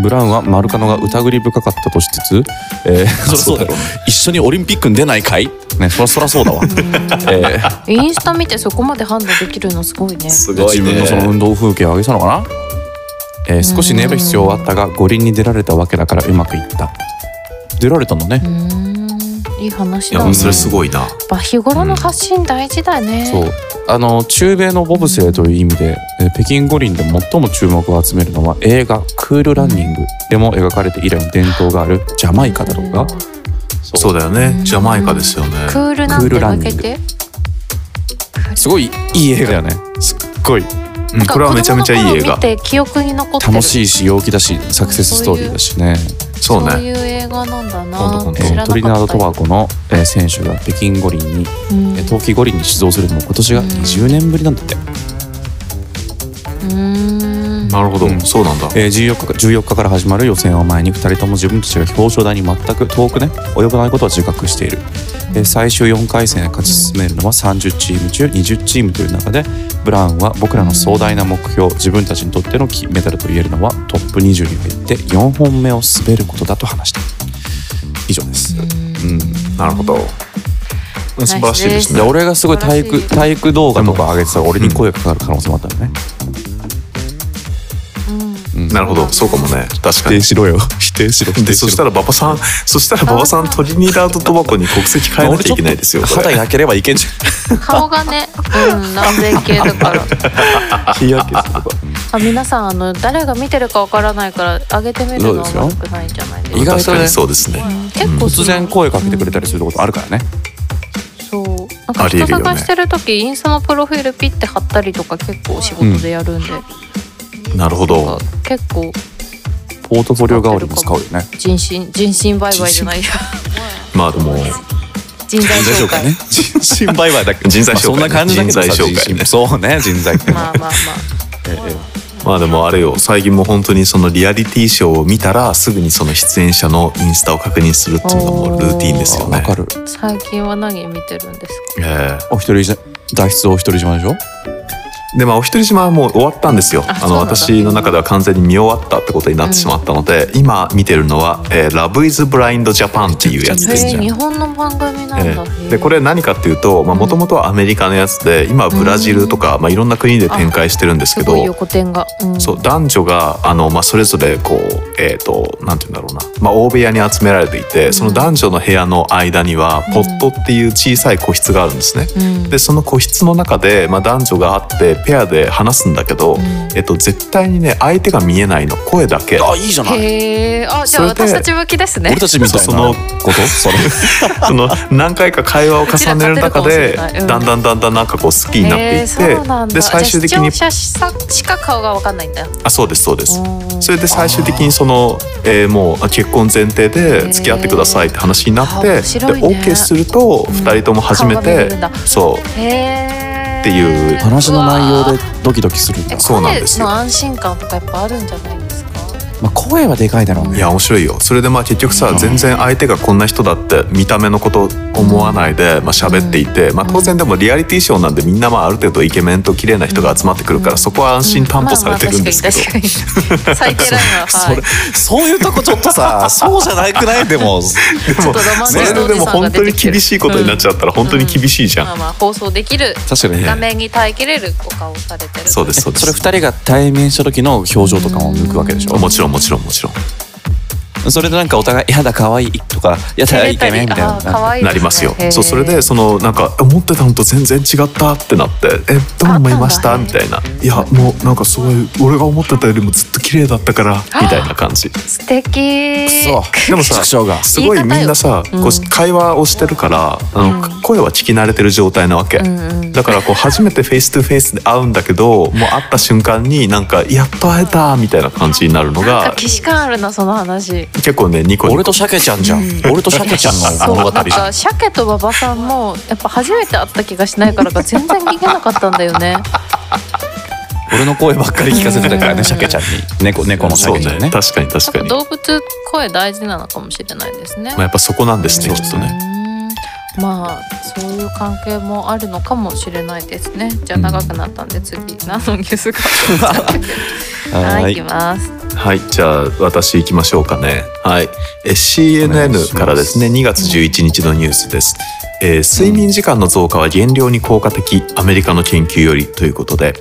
S2: ブラウンはマルカノが疑り深かったとしつつ、えー そりゃそうだろ
S3: そうだろうね
S2: 一緒にオリンピックに出ないかいねそりゃそりゃそうだ わ、えー
S4: インスタ見てそこまで判断できるのすごいね。
S3: す
S2: で
S3: ごい
S2: 自分
S3: ね
S2: のその運動風景を上げたのかな、えー少し寝る必要はあったが五輪に出られたわけだからうまくいった出られたんだね
S4: う、ーん、いい話
S3: い
S4: だ
S3: や
S4: ね。
S3: それすごいな
S4: まあ日頃の発信大事だね。
S2: そうあの中米のボブスレーという意味で、えー北京五輪で最も注目を集めるのは映画「クールランニング」でも描かれて以来の伝統があるジャマイカだろうが
S3: そうだよね
S4: うん
S3: ジャマイカですよね
S4: クールなん
S2: クー
S4: て
S2: ルラン
S4: 負
S2: ニ
S4: け
S2: ング
S4: て。
S2: すごいいい映画だよねすっごい
S3: うんこれはめちゃめちゃいい映
S4: なんか
S3: 画
S4: 子供の頃見て記憶に残ってる。
S2: 楽しいし陽気だしサクセスストーリーだしね
S3: そう
S4: そう
S3: ね
S4: いう映画なんだ
S3: ほんと
S4: な
S3: ほん。と
S2: え
S4: 知ら
S2: ー
S4: なかった。
S2: トリナード・トバコの、えー選手が北京五輪に
S4: うん
S2: えー冬季五輪に出場するのも今年が20年ぶりなんだって、
S4: うーん
S3: なるほ
S2: う
S3: ど
S2: ん
S3: そうなんだ
S2: えー14日か14日から始まる予選を前に2人とも自分たちが表彰台に全く遠くね及ばないことは自覚している、えー最終4回戦へ勝ち進めるのは30チーム中20チームという中でブラウンは僕らの壮大な目標自分たちにとっての金メダルと言えるのはトップ20に入って4本目を滑ることだと話した以上です、うん
S3: なるほど素晴らしいです
S2: で
S3: ね
S2: 俺がすごい体
S4: 素
S2: 育
S4: 晴らしい
S2: 体育動画とか上げてたら俺に声がかかる可能性もあったのね、
S4: うん
S2: うん
S3: なるほどそうかもね確かに
S2: しろよ否定しろ
S3: でそしたら馬場さんそしたら馬場さんトリニダード・トバコに国籍変えなきゃいけないですよこ
S2: 肌
S3: れ
S2: 焼ければいけんじ
S4: 顔がね、うん、南米系だから。
S2: ゃん日焼けするとか
S4: あ皆さんあの誰が見てるかわからないから上げてみるのは
S2: そうで
S4: 悪
S2: す
S4: くないんじゃないですか。
S2: 意外
S3: 確
S2: とね
S3: かにそうですね
S4: 結構
S2: 突然声かけてくれたりすることあるからね、
S4: そうなんか
S3: ありえ
S4: 人
S3: るよね
S4: 探してる時インスタのプロフィールピッて貼ったりとか結構仕事でやるんで、
S3: なるほ
S4: なん
S3: ど
S4: か結構
S2: ポートフォリオ代わりに使うよね
S4: 人身人身売買じゃないや
S3: まあでも
S4: 人材紹介
S2: 人材売買だけ
S3: 人材紹
S2: まあそ
S3: 介ね
S2: んな感じだけどさ
S3: 人材紹介ね
S2: 人そうね人材介
S4: まあまあまあ
S2: ええ
S3: まあでもあれよ最近も本当にそのリアリティショーを見たらすぐにその出演者のインスタを確認するっていうのもルーティンですよ
S2: わ
S3: ね。
S2: かる
S4: 最近は何見てるんです
S3: ええ
S2: お一人じゃ脱出お一人島でしょ
S3: でまあお一人島はもう終わったんですよ。
S4: あ
S3: あ
S4: そう
S3: の
S4: なんだ
S3: 私の中では完全に見終わったってことになってしまったので、今見てるのは、えー「ラブイズブラインドジャパンっていうやつ
S4: か
S3: です
S4: へえ
S3: ね
S4: 日。本の番組なんだ、
S3: え
S4: へ
S3: ー
S4: え
S3: でこれ何かっていうともともとはアメリカのやつで今はブラジルとか、まあ、いろんな国で展開してるんです
S4: す
S3: け
S4: ごい
S3: ど
S4: 横転が、うん、
S3: そう男女があの、まあ、それぞれこうえっ、となんて言うんだろうな、まあ、大部屋に集められていてその男女の部屋の間にはポットっていう小さい個室があるんですね。
S4: うん
S3: でその個室の中で、まあ、男女があってペアで話すんだけど、えっと、絶対にね相手が見えないの声だけ。
S2: あいいじゃない
S4: へえあじゃあ
S3: それで
S4: 私たち向きですね
S2: 俺たちみたいな
S3: その
S2: ことそれ
S3: その何回か会話を重ねる中
S4: う
S3: で
S4: ちら勝てるかもしれないうん
S3: だんだんだんだんなんかこう好きになってい
S4: へえ
S3: っ
S4: そうなん
S3: て
S4: だ
S3: で最終的に
S4: じゃあ視聴者しか顔がわかんないんだよ
S3: あそうですそうです
S4: うん
S3: それで最終的にその、えーもうあ結婚前提で付き合ってくださいって話になって、
S4: へーあ
S3: で
S4: 面白いね
S3: OK すると2人とも初め
S4: 顔が見え
S3: て
S4: るんだ
S3: そう
S4: へー
S3: っていう
S2: 話の内容
S4: う
S2: で
S4: わ
S2: ドキドキするんだ
S4: ーえ、
S3: そうなんですよ
S4: 声の安心感とかやっぱあるんじゃないですか
S2: まあ、声はでかいだろう
S3: い
S2: ね
S3: や面白いよそれでまあ結局さ全然相手がこんな人だって見た目のこと思わないでまあ喋っていて、まあ、当然でもリアリティショーなんでみんなまあある程度イケメンと綺麗な人が集まってくるからそこは安心担保されてるんですけど、
S4: まあまあ確 かに確かに最低ラインは
S2: そ
S4: は
S2: れ
S4: い
S2: そういうとこちょっと さそうじゃないくないでも
S4: ちょっとロマンチ
S3: そ
S4: スト
S3: れ
S4: お
S3: で
S4: じ
S3: も
S4: さんが
S3: 本当
S4: 出
S3: に
S4: てきてる
S3: 厳しいことになっちゃったら本当に厳しいじゃん、
S4: まあまあ放送できる
S2: 確かにね
S4: 画面に耐えきれるお顔をされてる
S3: そうですそうで
S2: そ
S3: す
S2: れ二人が対面した時の表情とかも抜くわけでしょ
S3: もちろんもちろんもちろん
S2: それでなんかお互い「やだ可愛いとか「やだイケメン」みたい
S4: あー可
S2: な
S4: 愛いですね
S3: なりますよ。
S4: へー
S3: そうそれでそのなんか思ってたのと全然違ったってなって「えどう思いまし
S4: あ
S3: た?」
S4: ったん
S3: み
S4: だ
S3: たいな「いやもうなんかすごい俺が思ってたよりもずっと綺麗だったから」みたいな感じ。
S4: 素敵
S2: そう
S3: でもさ
S2: 畜生が
S3: すごい
S4: 言い方よ
S3: みんなさ
S4: うん
S3: こう会話をしてるからあの
S4: うん
S3: 声は聞き慣れてる状態なわけ。
S4: うんうん
S3: だからこう初めてフェイストゥフェイスで会うんだけどもう会った瞬間になんかやっと会えたみたいな感じになるの
S4: なんか
S3: が
S4: 既視感あるなその話
S3: 結構ねニコニコ
S2: 俺と鮭ちゃんじゃん俺と鮭ちゃんの
S4: そう
S2: 物
S4: な
S2: 語
S4: ん
S2: じゃん
S4: か鮭と馬場さんもやっぱ初めて会った気がしないからか全然逃げなかったんだよね
S2: 俺の声ばっかり聞かせてたから
S4: う
S2: ね
S4: ん
S2: 鮭ちゃんに猫猫の
S3: そう
S2: 鮭ちゃ
S3: ね
S2: んにね
S3: 確かに確か
S4: なんか
S3: に、
S4: 動
S3: ま
S4: 物声大事なのかもしれないですね、
S3: あ、やっぱそこなんですね
S2: そう
S3: きっとね
S4: うーんまあそういう関係もあるのかもしれないですねじゃあ長くなったんで次、何のニュースか はい行きます
S3: はい、じゃあ私行きましょうかね。はい、え CNN からですね、2月11日のニュースです。えー睡眠時間の増加は減量に効果的、アメリカの研究よりということで、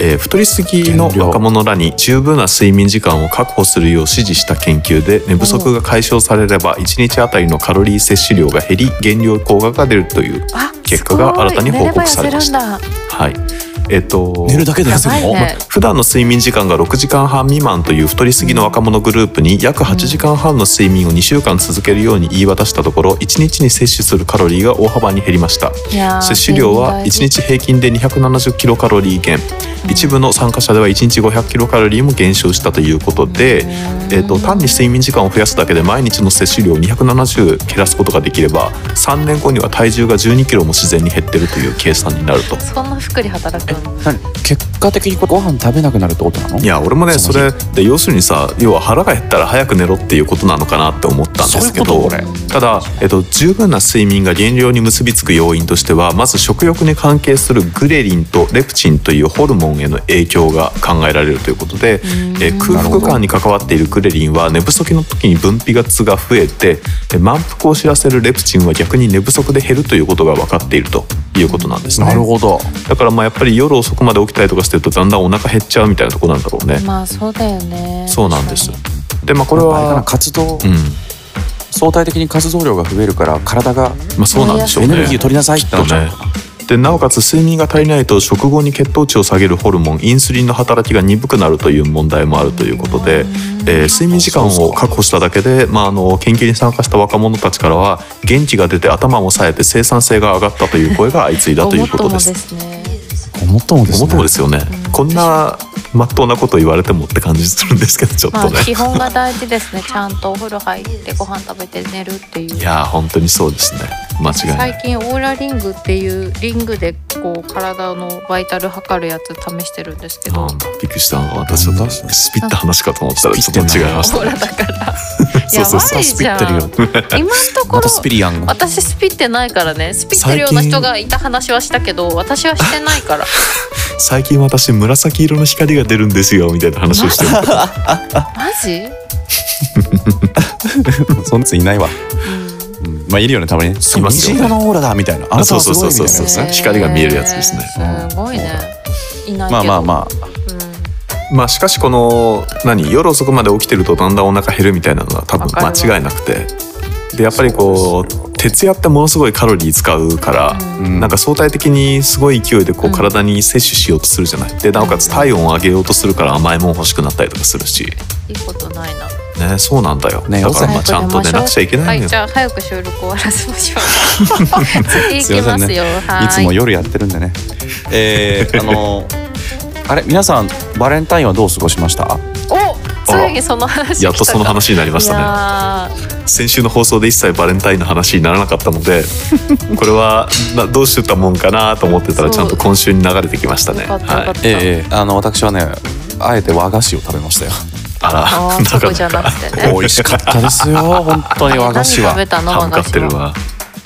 S3: えー太りすぎの
S2: 減量
S3: 若者らに十分な睡眠時間を確保するよう指示した研究で、寝不足が解消されれば、1日あたりのカロリー摂取量が減り、減量効果が出るという、
S4: あ
S3: 結果が新たに報告されました
S4: すごい寝れば痩せるんだ
S3: はい。えっと、
S2: 寝るだけで痩せる
S4: や
S2: の、
S4: ばいね
S3: 普段の睡眠時間が6時間半未満という太りすぎの若者グループに約8時間半の睡眠を2週間続けるように言い渡したところ1日に摂取するカロリーが大幅に減りました
S4: いやー
S3: 摂取量は1
S4: 健在
S3: 日平均で270キロカロリー減一部の参加者では1日500キロカロリーも減少したということで、えっと単に睡眠時間を増やすだけで毎日の摂取量を270減らすことができれば3年後には体重が12キロも自然に減ってるという計算になると。
S4: そんな福利働くの
S2: 何結果的にこれご飯食べなくなるってことなの
S3: いや俺もね
S2: そ
S3: そ
S2: の
S3: れで要するにさ要は腹が減ったら早く寝ろっていうことなのかなって思ったんですけ
S2: そういう
S3: ど
S2: こと俺
S3: ただ、えっと、十分な睡眠が減量に結びつく要因としてはまず食欲に関係するグレリンとレプチンというホルモンへの影響が考えられるということで、えー空腹感に関わっているグレリンは寝不足の時に分泌圧が増えてえー満腹を知らせるレプチンは逆に寝不足で減るということが分かっているということなんですね。
S2: なるほど
S3: だからまあやっぱり夜遅くまで起きたりとかしてるとだんだんお腹減っちゃうみたいなとこなんだろうね。
S4: まあそうだよね
S3: そうなんです
S4: 確。
S3: でまあこ
S2: こ
S3: れ
S2: れはあれかな
S3: は、
S2: 活動、
S3: うん、
S2: 相対的に活動量が増えるから体が
S3: まあそうなんでしょう
S2: エ
S3: ね。
S2: ネルギーを取りなさいってことじゃないのかな
S3: でなおかつ睡眠が足りないと食後に血糖値を下げるホルモンインスリンの働きが鈍くなるという問題もあるということで、えー睡眠時間を確保しただけで、まあ、あの研究に参加した若者たちからは元気が出て頭も冴えて生産性が上がったという声が相次いだということです。
S4: ごもっともですね
S2: ごもっともです
S3: も
S2: ね
S3: っともですよね。こんなまっとうなこと言われてもって感じするんですけどちょっ
S4: ま
S3: と
S4: あ
S3: ね。
S4: 基本が大事ですねちゃんとお風呂入ってご飯食べて寝るっていう
S3: いやー本当にそうですね。間違いない。
S4: 最近オーラリングっていうリングでこう体のバイタル測るやつ試してるんですけど
S3: なんだびっくりしたのが私はスピった話かと思ったら
S2: ス
S3: ち
S2: ピ
S3: ょ
S2: っ
S3: ってと
S2: ん
S3: 違
S2: ない
S3: ました
S4: ほらだから
S3: そうそうそう
S4: やばいじゃん
S2: またスピ
S4: 今のとこ
S2: ま
S4: ろ
S2: たスピリアンが
S4: 私スピってないからねスピってるような人がいた話はしたけど私はしてないから
S3: 最近私紫色の光が出るんですよみたいな話 をしてる
S4: マジ、
S2: そんなやついないわ、
S4: う
S2: うんまあいるよねたまにね
S3: いますよ
S2: 虹色のオーラだみたいなあなたはすごいみたい
S3: そう
S2: な
S3: そうそう
S4: ね
S3: 光が見えるやつですね
S4: すごいねいないけど
S2: まあまあま
S3: まあしかしこの何夜遅くまで起きてるとだんだんお腹減るみたいなのは多分
S4: わかるわ
S3: 間違いなくてでやっぱりこう徹夜ってものすごいカロリー使うから、
S2: あ、うん
S3: なんか相対的にすごい勢いでこ
S4: う
S3: うん体に摂取しようとするじゃないでなおかつ体温を上げようとするから甘いもん欲しくなったりとかするし
S4: うん、いいことないな
S3: ねそうなんだよ、
S2: ね
S3: だからまあちゃんと寝なくちゃいけない
S4: は
S3: ん
S4: い
S3: よ
S4: じゃあ早く収録終わらせましょう 次行きますよはい
S2: つも夜やってるんでね。え ー、あのあれ皆さんバレンタインはどう過ごしました？
S4: おついにその話
S3: やっとその話になりま
S4: ま
S3: したね
S4: ね
S3: 先週の放送で一切バレンタインの話にならなかったの でこれはなどうしてたもんかなと思ってた
S4: そ
S3: ら
S4: う
S3: ちゃんと今週に流れてきましたね
S4: よかったよか
S3: は
S4: っ
S3: い、
S4: た、
S2: あの私はねあえて和菓子を食べましたよ。
S3: あ
S4: あ
S3: ら
S4: ー
S3: な
S4: そ
S3: か
S4: こじゃな
S3: なか
S4: くてね
S2: 美味しかったですよ本当に和菓子
S4: 何食べ
S2: は。
S4: たの
S3: 歯
S4: 和
S3: 向か
S4: 菓
S3: っ
S4: 子
S3: てる
S4: は
S3: わ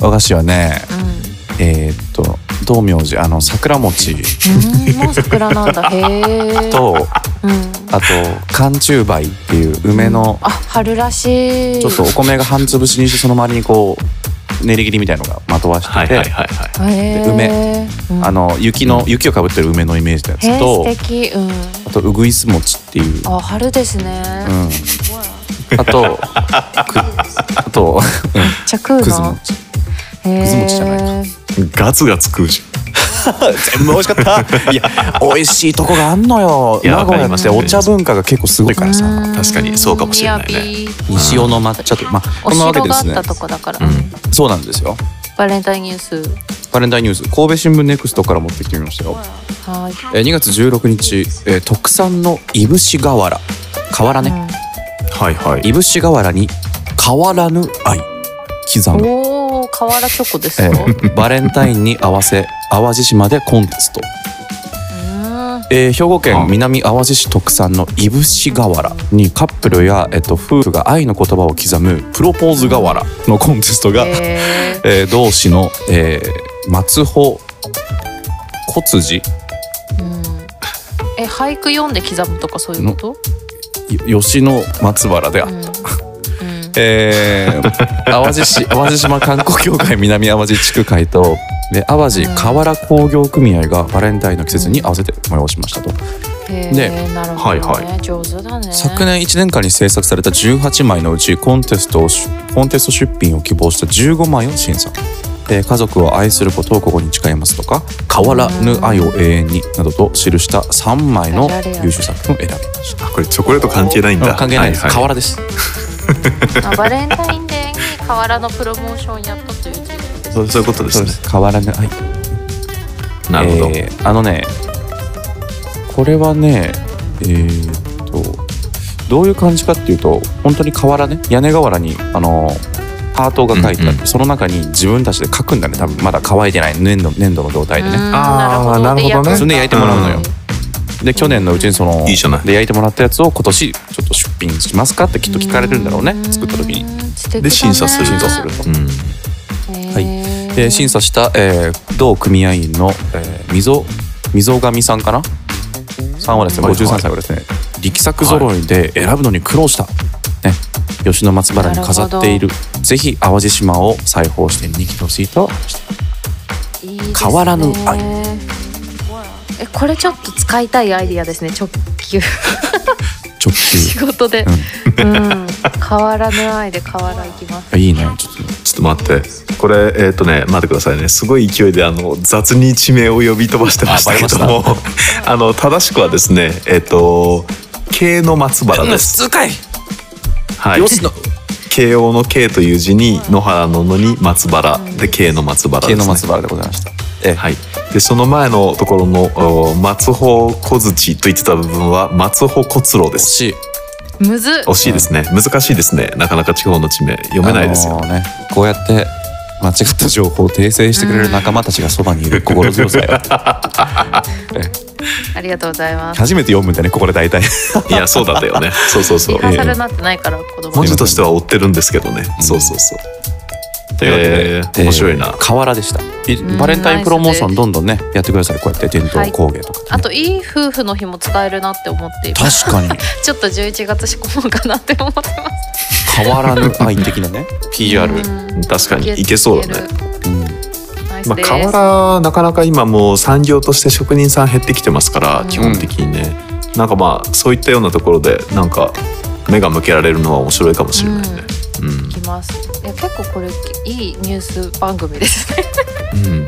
S2: 和菓子はね
S4: うん
S2: えー、っと道明寺あの桜餅
S4: うんもう桜なん だへえ、
S2: と
S4: うん、
S2: あと缶中梅っていう梅の
S4: あ春らしい
S2: ちょっとお米が半潰しにしてその周りにこう練り切りみたいのがまとわしてて。
S3: はいはいはいはい
S4: へー
S2: 梅、
S4: うん
S2: あの雪の雪をかぶってる梅のイメージのや
S4: へえ
S2: つと
S4: 素敵うん
S2: あとうぐいす餅っていう
S4: あ春ですね、
S2: うん、あとくあと
S4: じゃあ食う
S2: くず
S4: の
S2: 餅
S4: へー
S2: くず餅じゃないか
S3: ガツガツ食うじ
S2: 全部美味しかったいや美味しいとこがあんのよ
S3: いや
S2: 名古屋
S3: わか
S2: っ
S3: り
S2: てお
S3: ます
S2: 茶文化が結構すごいからさ
S4: うん
S3: 確かにそうかもしれないね
S4: 雅
S2: 西尾の抹茶とまあ
S4: お
S2: こんなわけ
S4: 城
S2: でで
S4: があっ
S2: すね
S4: たとこだから、
S3: ゃん、うん、
S2: そうなんですよ
S4: バレンタインニュース
S2: バレンタインニュース神戸新聞ネクストから持ってきてみましたよ
S4: はい
S2: えー2月16日、えー特産のいぶし瓦瓦ね、
S3: はいはい
S2: いぶし瓦に変わらぬ愛刻
S4: うん
S2: む
S4: おお河原チョコです
S2: え
S4: よ、
S2: ーバレンタインに合わせ淡路島でコンテスト
S4: うん
S2: えー兵庫
S3: は
S2: 県
S3: い
S2: 南淡路市特産のいぶし瓦にカップルや、えっと、夫婦が愛の言葉を刻むプロポーズ瓦のコンテストが、え
S4: え
S2: ー同市の、えー松穂小辻
S4: ーうん、え俳句読んで刻むとかそういうこと、
S2: よ吉野松原であ
S4: う
S2: っ
S4: ん
S2: た。
S4: うん
S2: えー淡 路市淡路島観光協会南淡路地区会とで淡路河原工業組合がバレンタインの季節に合わせて催しましたと、
S4: へ
S2: で
S4: えなるほど、ね
S3: はいは
S4: 上手だね
S2: 昨年1年間に制作された18枚のうちコンテストをしコンテスト出品を希望した15枚を審査、えー家族を愛することをここに誓いますとか「変わらぬ愛を永遠に」などと記した3枚の優秀作品を選びました。
S3: これチョコレート関係ないんだ。
S2: 関係ないです、
S3: はは
S2: 河原です
S4: あバレンタインデーに河原のプロモーションやったという事例です
S3: そうそういうことですね。
S2: 変わらぬ愛
S3: なるほど。
S2: えーあのねこれはねえーっとどういう感じかっていうと本当に瓦ね屋根瓦にあのハートが書いてあって、
S3: うんう
S2: その中に自分たちで書くんだね多分まだ乾いてない粘土粘土の状態でね、
S4: うん
S3: あー
S4: で
S3: なるほどね
S2: それで焼いてもらうのよ
S4: ん
S2: で去年のうちにその
S3: いいじゃない
S2: で焼いてもらったやつを今年ちょっと出品しますかってきっと聞かれるんだろうね作った時に
S4: うん素敵だね
S3: で審査する
S2: 審査すると。
S3: うん。
S2: はい
S4: へ
S2: で審査した、えー同組合員の、えー、溝溝上さんかなさんはですね
S3: はいはい
S2: 53歳はですね力作揃いで選ぶのに苦労した、ね、吉野松原に飾っているぜひ淡路島を再訪して見に来てほしいと話して
S4: いいですね
S2: 変わらぬ愛
S4: えこれちょっと使いたいアイディアですね直球
S2: 直
S4: 仕事でうん、変わらぬ愛で変わらいきます
S2: 球いいねちょっとね
S3: ちょっと待って。これえっ、とね待ってくださいね。すごい勢いであの雑に地名を呼び飛ばしてましたけども、 あの正しくはですねえっ、と慶の松原
S2: 普
S3: です。
S2: 通かい
S3: はい。
S2: 吉野
S3: 慶応の慶という字に野原の野に松原で慶の松原です、
S2: 慶
S3: ね。
S2: の松原でございましたええ
S3: はい、でその前のところのお松穂小槌と言ってた部分は松穂骨郎で
S2: 惜
S3: す
S2: しい
S4: むずっ
S3: 惜しいですね難しいですねなかなか地方の地名読めないですよ、
S2: あのーねこうやって間違った情報を訂正してくれる仲間たちがそばにいる心強さよ
S4: ありがとうございます
S2: 初めて読むんだねここで大体
S3: いやそうだったよねそうそうそ
S4: リ
S3: う
S4: ハーサルになってないから子供
S3: 文字としては追ってるんですけどね、そうそうそう
S2: というわけで、
S3: えー面白いな
S2: えー河原でしたい
S4: うん
S2: バレンタインプロモーショ
S4: ナイスで
S2: ン
S4: す
S2: どんどんねやってくださいこうやって伝統工芸とか、
S4: あといい夫婦の日も使えるなって思っています
S2: 確かに
S4: ちょっと11月仕込もうかなって思ってます
S2: 変わらぬ愛的なね PR、うん
S4: うん
S3: 確かにいけそうだね、
S4: ナイス
S3: まあ、
S4: です
S3: 河原なかなか今もう産業として職人さん減ってきてますから、
S4: うん
S3: 基本的にねなんかまあそういったようなところでなんか目が向けられるのは面白いかもしれないねうん、
S4: いきますいや結構これいいニュース番組です ね
S3: うん、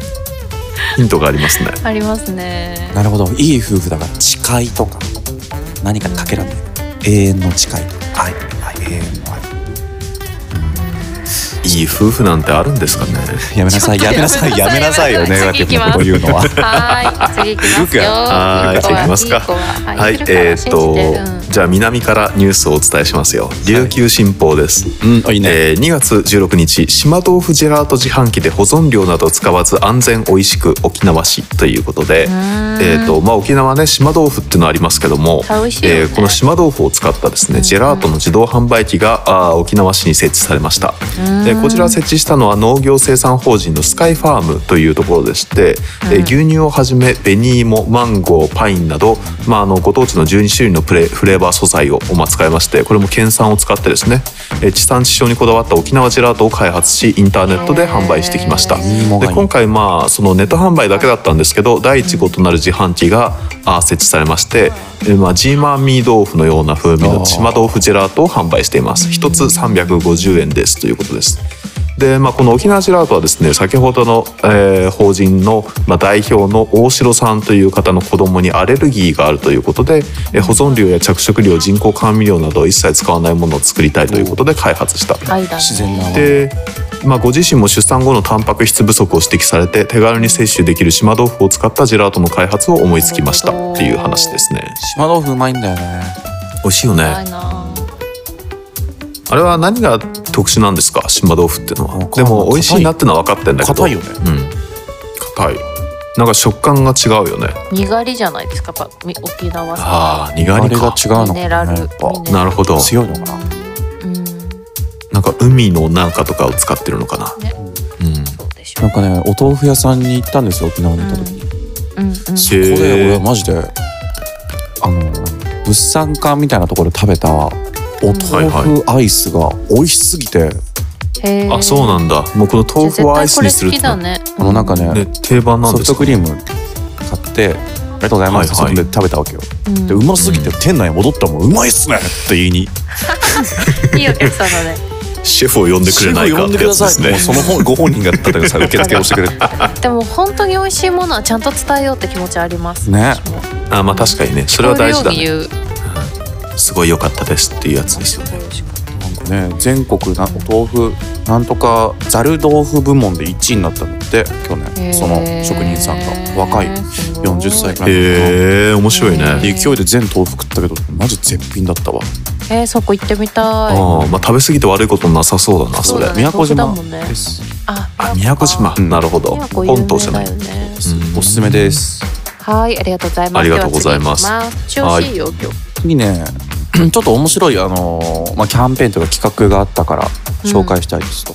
S3: ヒントがありますね
S4: ありますね
S2: なるほどいい夫婦だから誓いとか何かかけられない永遠の誓いとか愛愛永遠の愛
S3: いい夫婦なんてあるんですかね。
S2: やめなさい
S4: ちょ
S2: や
S4: っと
S2: めなさいやめなさいよね
S4: や
S2: わ
S4: めなさい
S2: けのこと言うのは
S4: はーい次いきますよ
S3: は
S4: い
S3: い
S4: 子
S3: じゃあいきますか
S4: いい子ははい
S3: はい
S4: いる、から
S3: えーっと、
S4: 信じて
S3: じゃあ南からニュースをお伝えしますよ。琉球新報です。
S2: うんあいいね、
S3: えー2月16日島豆腐ジェラート自販機で保存料などを使わず安全美味しく沖縄市ということで、えーっとまあ、沖縄ね島豆腐っていうのありますけども、
S4: 美味しいよね
S3: えーこの島豆腐を使ったですねジェラートの自動販売機があー沖縄市に設置されました。でこちら設置したのは農業生産法人のスカイファームというところでして、えー牛乳をはじめ紅芋マンゴーパインなど、まあ、あのご当地の12種類のプレフレーバー素材をまあ使いましてこれも県産を使ってですね、えー地産地消にこだわった沖縄ジェラートを開発しインターネットで販売してきました。
S2: いいもが
S3: で
S2: いい
S3: 今回まあそのネット販売だけだったんですけど第1号となる自販機があ設置されまして、えまあ、ジーマーミー豆腐のような風味の島豆腐ジェラートを販売しています1つ350円ですということですで、まあ、この沖縄ジェラートはですね先ほどの、えー法人の、まあ、代表の大城さんという方の子供にアレルギーがあるということで、え保存料や着色料人工甘味料などを一切使わないものを作りたいということで開発した
S4: 愛だね
S2: 自然な甘み
S3: で、まあ、ご自身も出産後のタンパク質不足を指摘されて手軽に摂取できる島豆腐を使ったジェラートの開発を思いつきましたっていう話ですね
S2: 島豆腐うまいんだよね
S3: 美味しいよ
S4: 愛
S3: ね
S4: な
S3: あれは何が特殊なんですか島豆腐ってのは
S2: わかんな
S3: で
S2: い
S3: も美味しいなってのは分かってんだけど
S2: 硬いよね
S3: うん硬いなんか食感が違うよね
S4: にがりじゃないですかやっぱみ沖縄さ
S3: ああにが
S2: あ
S3: り
S2: れが
S3: か
S2: 違うの
S4: ミ
S2: か
S4: ネラル
S2: なやっぱ
S4: ミネ
S3: なるほど
S2: 強いのかな
S4: うんね
S3: なんか海のなんかとかを使ってるのかなうん
S4: そうでしょ
S2: なんかねお豆腐屋さんに行ったんですよ沖縄に行った時に、
S4: うんうん
S2: そこ
S3: へ
S2: で
S3: ー
S2: 俺はマジであの物産館みたいなところで食べたお豆腐アイスが美味しすぎて、
S4: へー
S3: あそうなんだもうこの豆腐をアイスにするって
S4: じゃあ絶対これ好きだね
S2: あのなんかね、
S3: ね定番なん
S2: ソフ
S3: です
S2: トクリ
S3: ー
S2: ーム買ってありがとうございます、
S3: はいはい
S2: そこで食べたわけよ、
S4: うん
S2: でうますぎて
S3: う
S2: 店内戻ったもんうまいっすねって言いに
S4: いいお客さんだ ね
S3: シェフを呼んでくれないかってやつです
S2: シェフ呼んでくださいっ
S3: ね
S2: てもうその本ご本人が立ってさ受付をしてくれて
S4: でも本当に美味しいものはちゃんと伝えようって気持ちあります
S2: ね
S4: 私も
S3: あまあ確かにねそれは大事だね
S4: 聞こ
S3: すごい良かったですっていうやつですよね
S4: えるように言う
S2: なんかね全国なお豆腐なんとかざる豆腐部門で1位になったんだって去年その職人さんが若い40歳くらいのかな
S3: へえ面白いね
S4: へー
S2: 勢いで全豆腐食ったけどマジ絶品だったわ
S4: えー、そこ行ってみたい
S3: ああまあ食べ過ぎて悪いことなさそうだなそ
S4: そう
S3: れ
S4: だね
S2: 宮古島
S4: 豆腐だもんね
S2: です、
S4: あ
S3: あ宮古島
S2: うん
S3: なるほど
S4: 宮古
S3: 本
S4: 有
S3: 島
S4: 名
S3: じゃな
S4: だ
S3: い
S4: よね
S3: うん
S2: おすすめです
S4: はいありがとうございます
S3: ありがとうございます
S4: では次行きます調子いいよ今日
S2: 次ね ちょっと面白いあのーまあ、キャンペーンというか企画があったから紹介したいですと、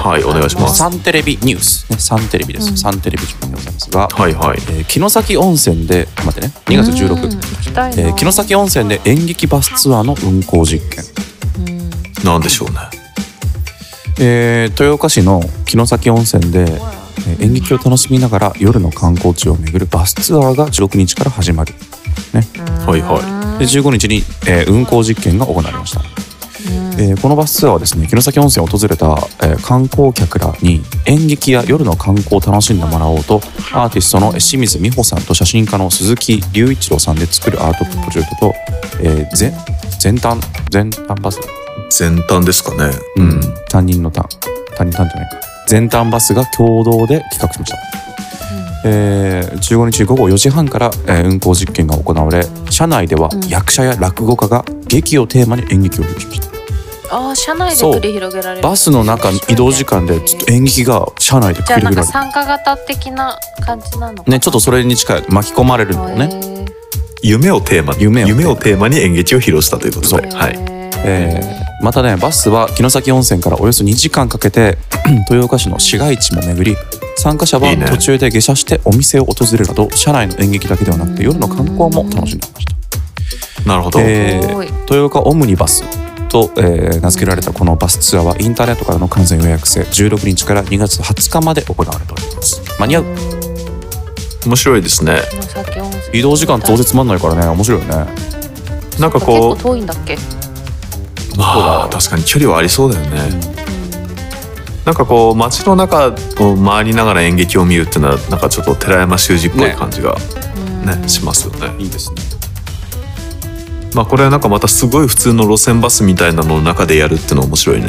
S3: はいお願いします
S2: サンテレビニュース、ね、サンテレビです、
S4: うん
S2: サンテレビ局でございますが、
S3: はいはい
S2: えー城崎温泉で待ってね2月16
S4: うん行きたいな
S2: えー城崎温泉で演劇バスツアーの運行実験、
S4: うん
S3: なんでしょうね
S2: えー豊岡市の城崎温泉で、えー演劇を楽しみながら夜の観光地を巡るバスツアーが16日から始まる
S3: はいは
S2: で15日に、えー運行実験が行われました、
S4: うん
S2: えーこのバスツアーはですね城崎温泉を訪れた、えー観光客らに演劇や夜の観光を楽しんでもらおうとアーティストの清水美穂さんと写真家の鈴木隆一郎さんで作るアートプロジェクトと、えー、ぜ全端全端バス、
S3: 全端ですかねう
S2: うんん、担任の単担任単じゃないか全端バスが共同で企画しましたえー15日午後4時半から、えー運行実験が行われ社内では
S4: うん
S2: 役者や落語家が劇をテーマに演劇を披露しました、
S4: あー車内で繰り広げられる
S2: バスの中移動時間でちょっと演劇が社内で
S4: じ
S2: 繰
S4: ゃあ
S2: り
S4: なん
S2: 広げら
S4: か参
S2: れ
S4: 加型的な感じなの
S2: るねちょっとそれに近い巻き込まれるのね、
S4: ね
S3: 夢をテーマに
S2: 夢をテーマ
S3: 夢をテーマに演劇を披露したということで
S4: は
S3: はいい
S2: えーまたねバスは城崎温泉からおよそ2時間かけて 豊岡市の市街地も巡り参加者はい
S3: いね
S2: 途中で下車してお店を訪れるなど社内の演劇だけではなくて夜の観光も楽しんでいました
S3: なるほど
S2: え
S4: すごい
S2: 豊岡オムニバスと、えー名付けられたこのバスツアーはインターネットからの完全予約制16日から2月20日まで行われております間に合う
S3: 面白いですね
S4: 城崎温泉
S2: 移動時間当日まんないからね面白いよね
S3: なんか
S4: 結構
S3: こ
S4: 遠いんだっけ
S3: うまあ確かに距離はありそうだよねなんかこう街の中を回りながら演劇を見るっていうのはなんかちょっと寺山修司っぽい
S2: ね
S3: 感じが
S4: うん
S3: ねしますよね
S2: いいですね
S3: まあこれはなんかまたすごい普通の路線バスみたいなのの中でやるっての面白いね。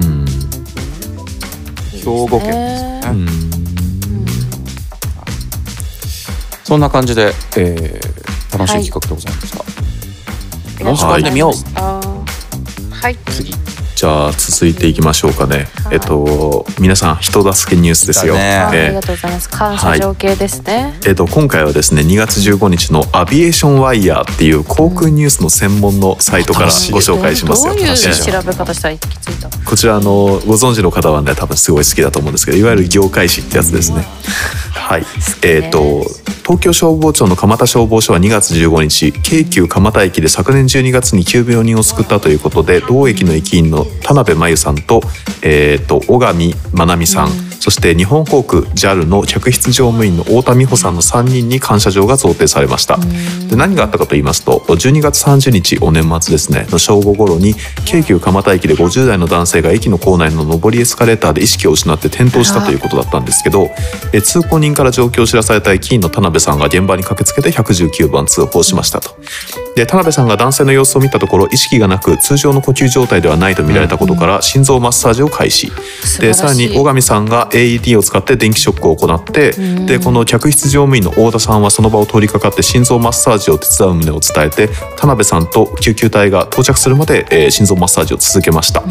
S4: うん
S3: うん。
S2: 兵庫県です
S4: ね
S2: ねそんな感じで、えー楽しい企画でございました、申し込んでみよう、
S4: うはい次
S3: じゃあ続いていきましょうかね。
S4: はい
S3: えっと皆さん人助けニュースですよ。
S2: だ
S4: あ
S3: え
S4: あ
S3: え
S4: りがとうございます感謝情景ですね
S3: えっと、今回はですね2月15日の「アビエーションワイヤー」っていう航空ニュースの専門のサイトから
S2: 新しい
S3: ご紹介しますよ。
S4: どういう
S3: ええ
S4: 調べ方したら行き着いたの
S3: こちらあのご存知の方はね多分すごい好きだと思うんですけどいわゆる業界誌ってやつですね。はい、えっ、と東京消防庁の蒲田消防署は2月15日京急蒲田駅で昨年12月に急病人を救ったということで同駅の駅員の田辺真由さんと,、えー、と小上真奈美さん、そして日本航空 JAL の客室乗務員の太田美穂さんの3人に感謝状が贈呈されました。で何があったかと言いますと12月30日お年末ですねの正午頃に京急蒲田駅で50代の男性が駅の構内の上りエスカレーターで意識を失って転倒したということだったんですけどえ通行人から状況を知らされた駅員の田辺さんが現場に駆けつけて119番通報しましたと。で田辺さんが男性の様子を見たところ意識がなく通常の呼吸状態ではないと見られたことから心臓マッサージを開始
S4: 素晴
S3: で
S4: らしい
S3: さらに小上さんが AED を使って電気ショックを行ってでこの客室乗務員の太田さんはその場を通りかかって心臓マッサージを手伝う旨を伝えて田辺さんと救急隊が到着するまで、えー心臓マッサージを続けました。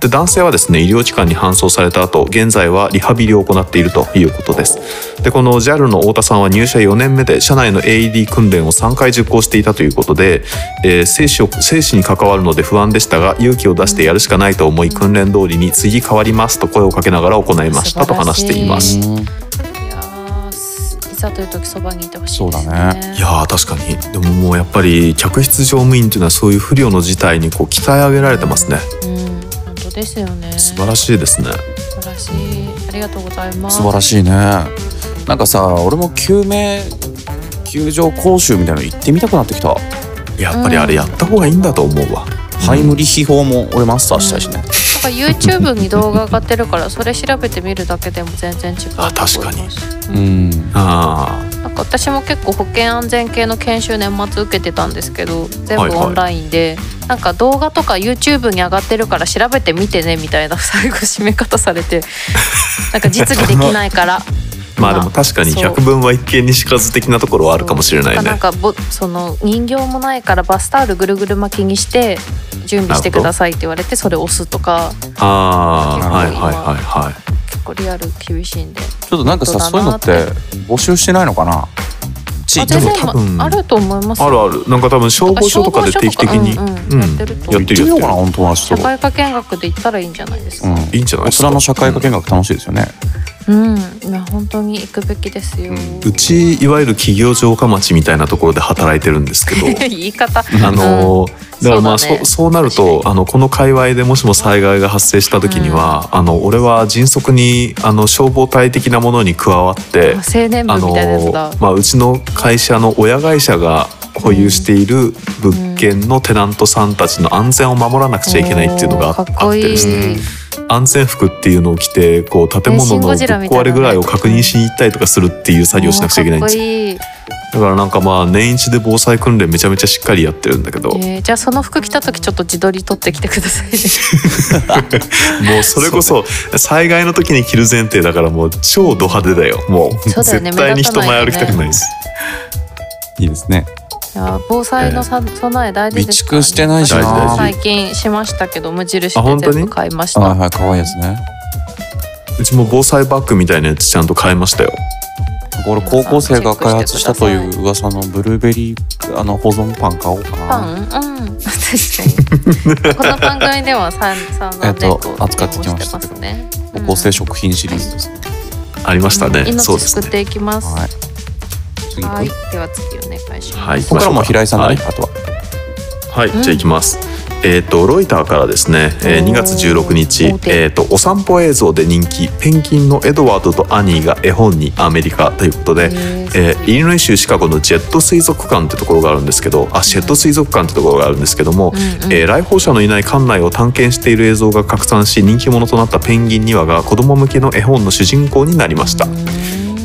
S3: で男性はですね医療機関に搬送された後現在はリハビリを行っているということですでこの JAL の太田さんは入社4年目で社内の AED 訓練を3回受講していたということで、えー生死を生死に関わるので不安でしたが勇気を出してやるしかないと思い訓練通りに次変わりますと声をかけながら行いましたと話しています
S4: いやーすいざという時そばにいてほしい
S2: そう
S4: で
S2: だ
S4: すね
S2: ね
S3: いやー確かにでももうやっぱり客室乗務員というのはそういう不慮の事態にこう鍛え上げられてますね
S4: うん本当ですよね
S3: 素晴らしいですね
S4: 素晴らしいありがとうございます
S2: 素晴らしいねなんかさ俺も救命救助講習みたいなの行ってみたくなってきた
S3: やっぱりあれやった方がいいんだと思うわ、
S2: ハイムリヒ法も俺マスターしたいしね
S4: なんか YouTube に動画上がってるからそれ調べてみるだけでも全然違うと思います
S3: あ確かに
S2: うん
S3: ああ
S4: なんか私も結構保険安全系の研修年末受けてたんですけど全
S3: はい
S4: 部
S3: はい
S4: オンラインで、なんか動画とか YouTube に上がってるから調べてみてねみたいな 最後締め方されてなんか実技できないから
S3: まあでも確かに
S4: そう
S3: 百分は一見にしかず的なところは あるかもしれない
S4: な
S3: ね
S4: んかぼその人形もないからバスタオルぐるぐる巻きにして準備してくださいって言われてそれを押すとか
S3: ああはい
S4: 結構
S3: はいはいはい
S4: 結構リアル厳しいんで
S2: ちょっとなんかさ
S4: 本
S2: そ
S4: 当だ
S2: ういうの
S4: な
S2: って募集してないのかな地
S4: あ
S2: 域
S4: 全
S2: の
S4: 然
S3: でも多分
S4: まあると思います
S3: あるあるなんか多分消防署とかで定期的に、
S4: な
S3: うん
S4: か消防署とかうんうんやってると
S2: やってみようかな本当はちょ
S4: 社
S2: っと
S4: 会科見学で行ったらいいんじゃないです
S2: うん
S4: か
S3: いいんじゃな
S2: 大
S3: いですか
S2: 人の社会科見学楽しいですよね
S4: うん、いや本当に行くべきですよ、
S2: うん
S3: うちいわゆる企業城下町みたいなところで働いてるんですけ ど
S4: 言い方
S3: あのーだからまあ
S4: そ
S3: そうう,、
S4: だね
S3: そうなるとあのこの界隈でもしも災害が発生した時には、あの俺は迅速にあの消防隊的なものに加わって
S4: あ青年部
S3: あの
S4: みたいなやつだ、
S3: まあ、うちの会社の親会社が保有している物件のテナントさんたちの安全を守らなくちゃいけないっていうのがあ
S4: おーかっこいい
S3: あってですね安全服っていうのを着てこう
S4: シ
S3: 建物
S4: ン
S3: のぶ
S4: ゴ
S3: っ
S4: ジラみたいな
S3: 壊れ具合を確認しに行ったりとかするっていう作業をしなくちゃいけないんですよ
S4: おーか
S3: だからなんかまあ年一で防災訓練めちゃめちゃしっかりやってるんだけど、
S4: っこいい、えーじゃあその服着た時ちょっと自撮り撮ってきてくだ さいね
S3: もうそれこそ災害の時に着る前提だからもう超ド派手だよもう
S4: そうだよね
S3: 絶対に人前
S4: 目
S3: 歩
S4: 立たな
S3: き
S4: いよね
S3: たくないです
S2: いいですね
S4: いや防災のさ備え大事ですから、ね、
S2: 備蓄してないし
S4: 私
S3: な
S4: も
S3: 大事大
S4: 最近しましたけど無印
S3: あ本
S4: で
S3: 当に
S4: 全部買いまし
S2: はい
S4: た
S2: はい可愛いですね
S3: うちも防災バッグみたいなやつちゃんと買いましたよ
S2: これ高校生が開発したという噂のブルーベリーあの保存パン買おうか
S4: パ
S2: な
S4: ンうん 確かにこの番組では さんさん
S2: え
S4: ざ
S2: っ
S4: ん
S2: と
S4: 猫を
S2: 扱ってきま
S4: 利用
S2: した
S4: してますね
S2: 高校生食品シリーズですね
S3: ありましたね、
S4: 命
S3: そうです
S4: 救
S3: ね
S4: っていきます。
S2: はい次
S4: は
S2: はいいこ、
S4: では次お願いします。
S3: はい
S2: こからも平井さんだね
S3: は
S2: あとは
S3: はい、
S4: うん
S3: じゃあ行きます。えっ、とロイターからですね、えー
S4: おー
S3: 2月16日
S4: 大、手
S3: えっ、とお散歩映像で人気ペンギンのエドワードとアニーが絵本にアメリカということで。えーイリノイ州シカゴのジェット水族館ってところがあるんですけどあシェット水族館ってところがあるんですけども、えー来訪者のいない館内を探検している映像が拡散し人気者となったペンギン2羽が子供向けの絵本の主人公になりました。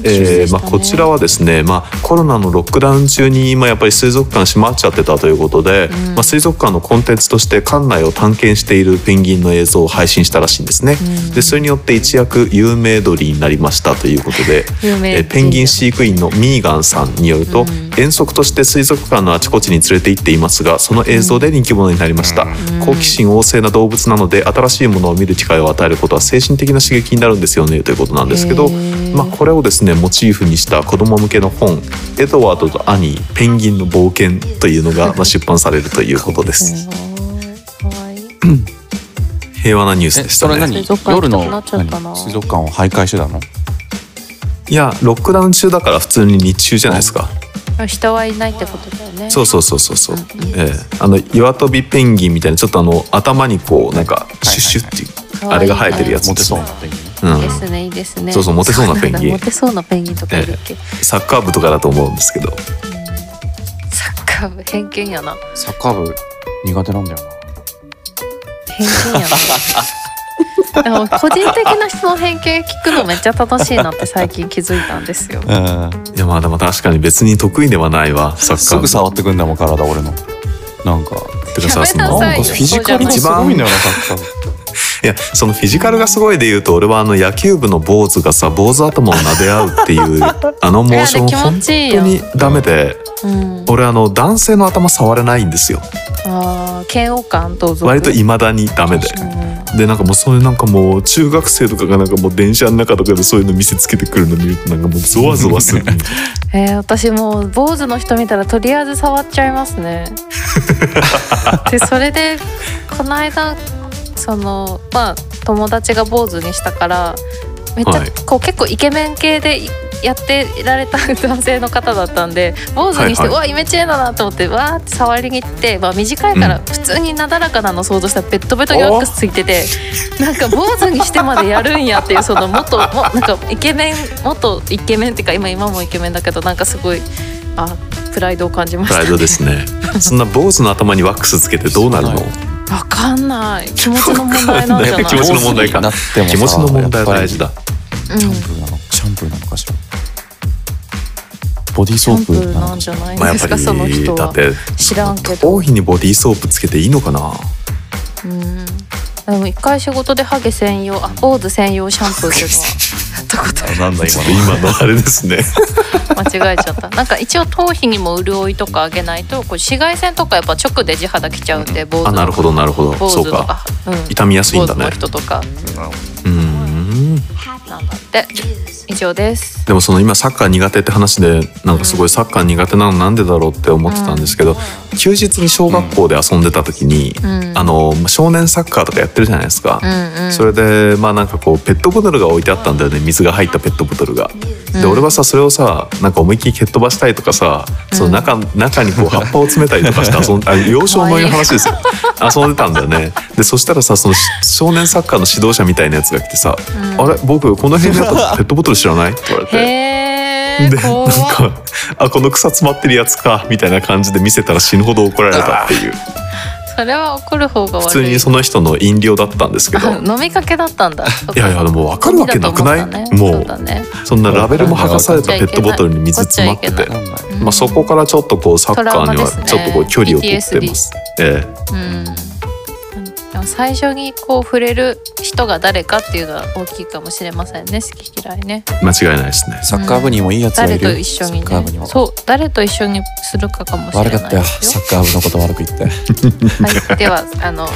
S3: えーまあ、こちら
S4: は
S3: はですね、まあ、コロナのロックダウン中に今やっぱり水族館閉まっちゃってたということで、
S4: うん
S3: まあ、水族館のコンテンツとして館内を探検しているペンギンの映像を配信したらしいんですね。でそれによって一躍有名鳥になりましたということで、
S4: 有名
S3: えーペンギン飼育員のミーガンさんによると、
S4: うん
S3: 遠足として水族館のあちこちに連れて行っていますがその映像で人気者になりました、好奇心旺盛な動物なので新しいものを見る機会を与えることは精神的な刺激になるんですよねということなんですけ
S4: へ
S3: ど、
S4: ー
S3: まあ、これをですねモチーフにした子ども向けの本「エドワードとアニーペンギンの冒険」という のがまあ出版されるということです。
S4: 可愛い。
S3: 平和なニュース
S2: え
S3: でし
S2: そ
S3: た
S2: れ
S3: ね。
S2: 何
S4: 水族館
S2: 夜の
S4: 行きたくなっちゃったな
S2: 何水族館を徘徊してたの
S3: いやロックダウン中だから普通に日中じゃないですか。
S4: 人はいないってことだよね。
S3: そうそうそうそうそう。ええあの岩飛びペンギンみたいなちょっとあの頭にこうなんかシュッシュっていう
S4: はい
S3: あ
S4: はいは
S3: れが
S4: い
S3: 生えてるやつ
S2: モ
S3: で
S2: テ
S3: す
S2: そう
S3: ね
S2: な。ペンギンね
S3: うん
S4: いいですねいいですね。
S3: そうそうモテそうなペンギ
S4: そうなん
S3: ン
S4: だモテそうなペンギンとかいるっけ。
S3: サッカー部とかだと思うんですけど。
S4: サッカー部偏見やな。
S2: サッカー部苦手なんだよ
S4: 偏見 やな。でも個人的な人の偏見聞くのめっちゃ楽しいなって最近気づいたんですよ。
S2: な。
S3: いやまあでも確かに別に得意ではないわサッカー部。
S2: すぐ触ってくんだもん体俺の。なんか
S3: てかさ
S4: やめ
S3: そ
S4: な
S3: の
S4: さい
S2: なんかフィジカルがすごいんだよなサッカー部。
S3: いやそのフィジカルがすごいで言うと俺はあの野球部の 坊主がさ坊主頭を撫で合うっていうあのモーション
S4: いやあれ気持
S3: 本
S4: ちいい
S3: 当
S4: よ
S3: にダメで
S4: うん、
S3: 俺あの男性の頭触れないんですよ
S4: あー嫌悪感どうぞ
S3: 割と未だにダメで
S4: うん
S3: でなんかもうそういうなんかもう中学生とかがなんかもう電車の中とかでそういうの見せつけてくるの見るとなんかもうゾワゾ ワする
S4: えー、私もう坊主の人見たらとりあえず触っちゃいます ね。でそれでこの間そのまあ友達が坊主にしたからめっちゃ、
S3: はい
S4: こう結構イケメン系でいやってられた男性の方だったんで坊主にして、
S3: はいはいう
S4: わイメチェンだなと思ってわーって触りに行って、まあ、短いから
S3: う
S4: 普通になだらかなの想像したらベッドベトにワックスついててなんか坊主にしてまでやるんやっていうその元もなんかイケメン元イケメンっていうか今今もイケメンだけどなんかすごいあプライドを感じまし
S3: プライ
S4: た
S3: ドですねそんな坊主の頭にワックスつけてどうなるの
S4: わかんない気持ちの問題なんじゃない
S3: わかんない気持ちの問題か
S2: なってもさ
S3: 気持ちの問題は大事だ
S4: う
S2: シャ
S4: ん
S2: ンプーなのシャンプーなのかしらボディー
S4: シ
S2: ソ
S4: ャン
S2: ー
S4: プ
S2: プ
S4: ー
S2: な
S4: な
S2: の
S4: んじゃない
S3: まあや
S4: で
S3: っぱ
S4: すかその
S3: り
S4: 人
S3: だ
S4: は
S3: って
S4: 知らんけど
S3: 頭皮にボディーソープつけていいのかな
S4: うんでも一回仕事でハゲ専用あ坊主専用シャンプーっていうのはや ったこと
S1: なんだ
S3: ちょ
S1: 今
S3: っと今のあれです ね
S4: 間違えちゃったなんか一応頭皮にも潤いとかあげないとこう紫外線とかやっぱ直で地肌きちゃうんで坊主
S3: あなるほどなるほど
S4: 坊
S3: そ
S4: 主
S3: う
S4: と
S3: か
S4: かうん
S3: 痛みやすい
S4: 坊
S3: んだ
S4: 主
S3: ね
S4: の人とか
S3: うーん
S4: なんだって以上です
S3: でもその今サッカー苦手って話でなんかすごいサッカー苦手なのなんでだろうって思ってたんですけど、休日に小学校で遊んでた時に、
S4: うん
S3: あの少年サッカーとかやってるじゃないですか
S4: う、んうん
S3: それでまあなんかこうペットボトルが置いてあったんだよね水が入ったペットボトルが。で
S4: うん
S3: 俺はさそれをさなんか思いっきり蹴っ飛ばしたいとかさ、その中中にこう葉っぱを詰めたりとかして遊んあ幼少の話ですよ遊んでたんだよねでそしたらさそのし少年サッカーの指導者みたいなやつが来てさ「
S4: うん
S3: あれ僕この辺にあったペットボトル知らない?」って言われて。
S4: へ
S3: で
S4: ー
S3: なん
S4: 怖っ
S3: かあこの草詰まってるやつかみたいな感じで見せたら死ぬほど怒られたっていう
S4: それは怒る方が悪い
S3: 普通にその人の飲料だったんですけど
S4: あ飲みかけだったんだ
S3: いやいやでも分かるわけなくないも
S4: そう
S3: う
S4: だね
S3: そんなラベルも剥がされたペットボトルに水詰まって
S4: こっちゃ
S3: て
S4: い
S2: なんだよ
S4: うん
S3: まあ、そこからちょっとこうサッカー
S4: トラウマ
S3: に
S4: で
S3: は
S4: すね
S3: ちょっとこう距離を取ってます。え
S4: うんでも最初にこう触れる人が誰かっていうのは大きいかもしれませんね好き嫌いね
S3: え、間違いないですね。
S2: サッカー部にもいいやつがい
S4: 誰
S2: る
S4: と一緒に
S2: サッカー部に
S4: ね
S2: も
S4: そう誰と一緒にするかかもしれ
S2: 悪
S4: な
S2: か
S4: い
S2: ったよ
S4: です
S2: サ
S4: よ
S2: ッカー部のこと悪く 言って
S4: はい、ではあの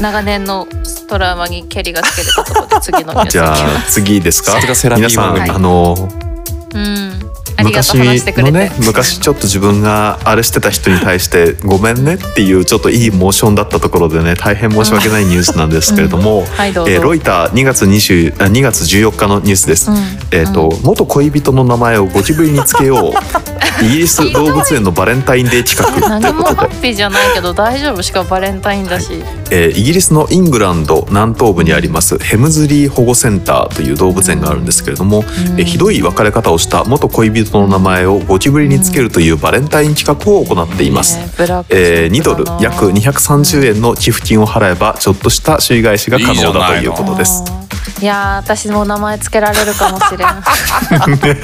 S4: 長年のトラウマに蹴りがつけれたところで次のニュースい
S3: じ
S4: き
S3: ゃ
S4: ま
S3: あ次ですか
S2: さすがセラピー
S3: 皆さん、
S2: マン
S3: あの
S4: すうんありが
S3: 昔
S4: とう話してくれ
S3: の
S4: て、
S3: ね昔ちょっと自分があれしてた人に対して「ごめんね」っていうちょっといいモーションだったところでね大変申し訳ないニュースなんですけれども、
S4: はいどうぞ、
S3: えーロイター2月 ,20 あ2月14日のニュースです。
S4: うん
S3: えーと元恋人の名前をゴキブリにつけ ようイギリス動物園のバレンタインデー企画とい
S4: 何
S3: う
S4: も
S3: こと
S4: ハ
S3: で
S4: ッピーじゃないけど大丈夫しかもバレンタインだし、
S3: えーイギリスのイングランド南東部にありますヘムズリー保護センターという動物園があるんですけれども、
S4: うん
S3: えーひどい別れ方をした元恋人の名前をゴキブリにつけるというバレンタイン企画を行っています。
S4: ねブラック
S3: えー
S4: ショッ
S3: 2ド
S4: プ
S3: ル
S4: だな
S3: 約230円の寄付金を払えばちょっとした周囲返しが可能だということです。
S4: あーいやー私も名前つけられるかも しれん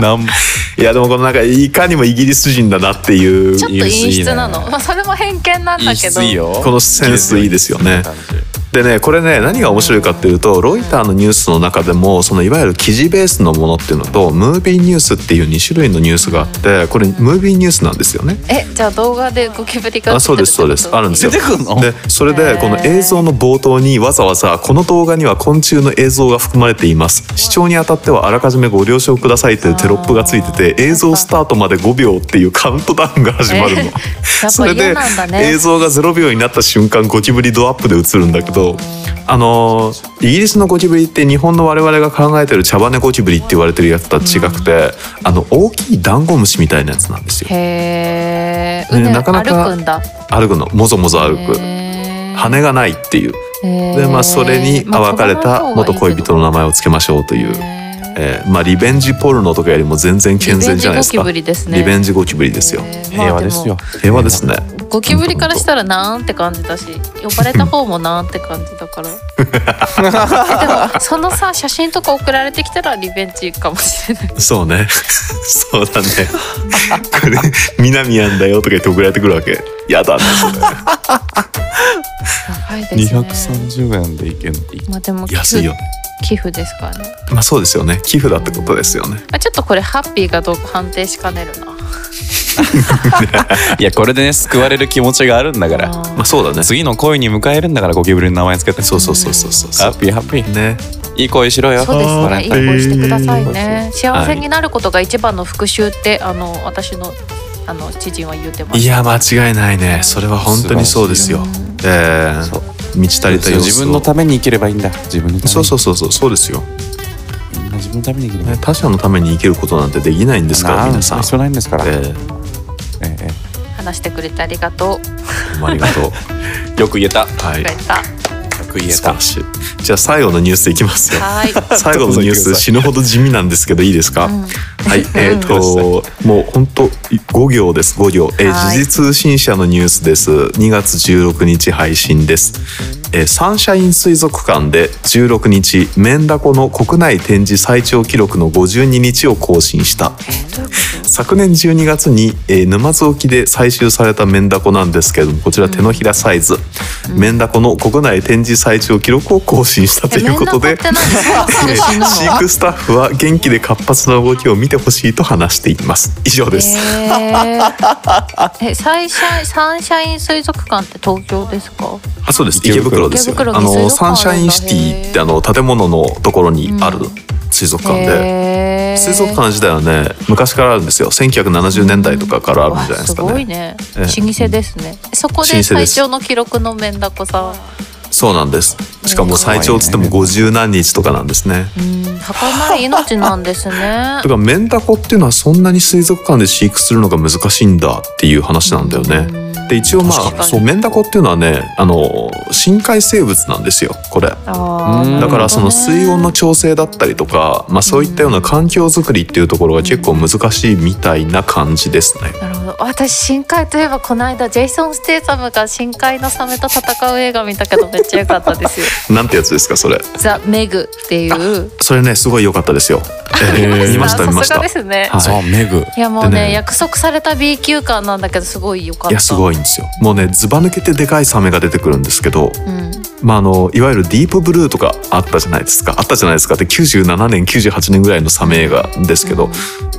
S1: なん
S3: いやでもこのなんかいかにもイギリス人だなっていう
S4: ちょっと陰湿なのまあ、それも偏見なんだけど
S2: いいよ
S3: このセンスいいですよね。
S2: 感じ
S3: でねこれね何が面白いかっていうとロイターのニュースの中でもそのいわゆる記事ベースのものっていうのとムービーニュースっていう2種類のニュースがあってこれムービーニュースなんですよね。
S4: えじゃあ動画でゴキブリが
S3: あそうですそうですあるんですよ
S2: 出てくんの
S3: でそれ
S4: へ
S3: で
S4: ー
S3: この映像の冒頭にわざわざこの動画には昆虫の映像が含まれています視聴にあたってはあらかじめご了承くださいというテロップがついてて映像スタートまで5秒っていうカウントダウンが始まるの、
S4: え やっ
S3: そ
S4: ぱ
S3: れで
S4: 嫌なんだね
S3: 映像が0秒になった瞬間ゴキブリドアップで映るんだけどあのーイギリスのゴキブリって日本の我々が考えてる茶羽根ゴキブリって言われてるやつとは違くてあの大きいダンゴムシみたいなやつなんですよ
S4: へえ、
S3: ね
S4: うね、
S3: なかなか
S4: 歩くんだ
S3: 歩くのもぞもぞ歩く
S4: へー
S3: 羽がないっていう
S4: へー
S3: でまあそれに
S4: まあ
S3: 別れた元恋人の名前をつけましょうという、
S4: へー
S3: えーまあリベンジポルノとかよりも全然健全じゃないですか
S4: リベンジゴキブリですね
S3: リベンジゴキブリですよ
S4: へーまあ
S2: 平和ですよ
S4: も
S3: 平和ですね
S4: ゴキブリからしたらなんて感じ だし呼ばれた方もなんて感じだからえ でもそのさ写真とか送られてきたらリベンジかもしれない
S3: そうね そうだねこれ南やんだよとか言って送られてくるわけやだね
S4: 高いですね
S2: 230円でいけるのっていい
S4: まあでも寄
S3: 安い
S4: 付
S3: よね
S4: 寄付ですからね
S3: まあそうですよね寄付だってことですよね
S4: あちょっとこれハッピーかどうか判定しかねるな
S2: いやこれでね救われる気持ちがあるんだか
S4: あ
S2: ら
S4: ー
S3: まあそうだね
S2: 次の恋に迎えるんだからゴキブリの名前つけて
S3: そうそうそうそうそう
S2: ハ
S3: そ
S2: ッピーハッピー
S3: うね
S2: いい恋しろよ
S4: そうです
S3: あ
S4: ね。
S3: ー
S4: 一歩してください
S2: は
S4: ね。幸せになることが一番の復讐って、あの私のあの知人は言ってます。
S3: いや間違いないねそれは本当にそうですよえー
S2: そう
S3: 満ち足りた様子を
S2: 自分のために生きればいいんだ自分のために
S3: そうそうそうそうそうですよ、
S2: みんな自分のために生きればい
S3: ね
S2: い、
S3: 他者のために生きることなんてできないんですから皆さん、
S2: 必要ないんですから、え
S3: え
S2: え
S4: 話してくれてありがとう。
S3: ー、どうもありがと う
S2: よく言えたよ
S3: はい
S4: くれた。
S2: く言え
S3: 素晴
S2: た
S3: らしいじゃあ最後のニュースいきますよ
S4: はい。
S3: 最後のニュース死ぬほど地味なんですけどいいですか、
S4: うん
S3: はい、えっ、と、もう本当5行です、5行。えー
S4: はい
S3: 時事通信社のニュースです。2月16日配信です。えーサンシャイン水族館で16日、メンダコの国内展示最長記録の52日を更新した。昨年12月に、えー沼津沖で採集されたメンダコなんですけれどもこちら手のひらサイズ、メンダコの国内展示最長記録を更新した と
S4: え、
S3: い
S4: 面
S3: うこ
S4: 倒
S3: と
S4: って
S3: で
S4: 何です
S3: えー
S4: か。
S3: 飼育スタッフは元気で活発な動きを見てほしいと話しています以上です、
S4: えー、えサンシャインサンシャイン水族館って東京ですか？
S3: あそうです
S2: 池
S3: 池
S2: 袋
S3: 袋ですよ
S4: 池袋
S3: あ
S4: に水
S3: の
S4: 族館
S3: サンシャインシテ
S4: あるんだへ
S3: ィっ
S4: ー
S3: てあの建物のところにある水族館で、
S4: へー
S3: 水族館自体はね昔からあるんですよ1970年代とかからあるんじゃないですか
S4: わすご
S3: ね
S4: いね。
S3: ええ
S4: 老舗ですね。そこ
S3: 老舗で
S4: です最長の記録のメンダコさん。
S3: そうなんですしかも最長っつっても50何日とかなんですね
S4: うん、儚い命なんですね
S3: だ。からメンダコっていうのはそんなに水族館で飼育するのが難しいんだっていう話なんだよね。で一応ま
S4: 確か
S3: あ
S4: に
S3: そうメンダコっていうのはねあの深海生物なんですよこれだ
S4: あ
S2: うん
S4: ー
S3: からその水温の
S4: なる
S3: 調整だったりとか、まあ、そういったような環境づくりっていうところが結構難しいみたいな感じですね。
S4: ほどねなるほど私深海といえばこの間ジェイソン・ステイサムが深海のサメと戦う映画見たけどめっちゃ良かったですよ「
S3: なんてやつですかそれ
S4: ザ・メグ」っていう
S3: それねすごい良かったですよ。え
S2: あ
S3: ー
S2: 見
S3: 見
S2: ま
S3: ま
S2: し
S3: したた見まし
S4: さすが
S3: た。
S4: で
S3: い
S4: すね
S3: はい
S2: さあメグ
S4: いやもう
S3: で
S4: ね
S3: ね
S4: 約束された B 級感なんだけどすごい良かった
S3: やすごいんですよ。もうねずば抜けてでかいサメが出てくるんですけど
S4: うん、
S3: まあ、あのいわゆるディープブルーとかあったじゃないですかあったじゃないですかって97年98年ぐらいのサメ映画ですけど、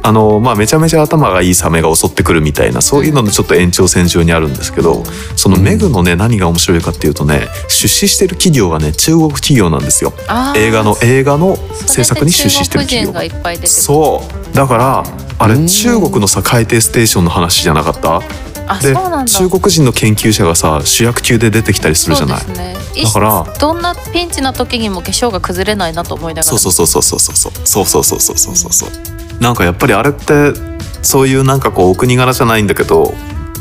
S3: あのまあ、めちゃめちゃ頭がいいサメが襲ってくるみたいなそういうののちょっと延長線上にあるんですけどそのメグのね何が面白いかっていうとね出資してる企業がね中国企業なんですよ
S4: あー
S3: 映画の映画の制作に出資してる企
S4: それ
S3: 業
S4: で中国人がいっぱい出てくる
S3: そうだからあ
S2: う
S3: れ
S2: ん
S3: 中国のさ海底ステーションの話じゃなかった
S4: あそ
S3: で
S4: うなんだ
S3: 中国人の研究者がさ主役級で出てきたりするじゃない
S4: そうですね
S3: だから
S4: どんなピンチの時にも化粧が崩れないなと思いながら
S3: そうそうそうそうそうそうそうそうそうそうそうそうそうなんかやっぱりあれってそういうなんかこうお国柄じゃないんだけど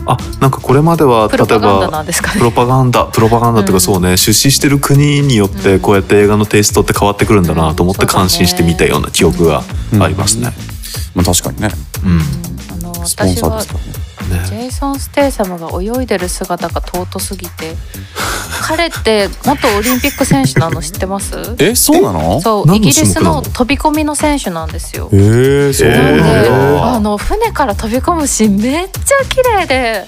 S3: あなんかこれまでは
S4: プ
S3: 例
S4: ロパ
S3: え
S4: ガンダ
S3: ば
S4: なんですか
S3: プ
S4: ね
S3: ロパガンダプロパガンダっていう
S4: う
S3: か
S4: ん
S3: そうね、出資してる国によってこうやって映画のテイストって変わってくるんだなと思って
S4: うんそうだね
S3: 感心して見たような記憶がありますね。
S2: まあ確かにね
S3: うん、
S4: あの
S2: スポン
S4: 私
S2: サー
S4: は
S2: ですからね
S4: ジ
S3: ね
S4: ェイソン・ステイサムが泳いでる姿が尊すぎて 彼って元オリンピック選手なの知ってます
S2: えそうなの
S4: そうイ
S3: 何の
S4: ギリ
S3: 種目
S4: ス
S3: なの
S4: の飛び込みの選手なんですよ
S2: えー、そう
S3: へ
S4: な
S2: なん
S4: で、
S2: んだ、
S3: ー
S4: あの船から飛び込むシーンめっちゃ綺麗で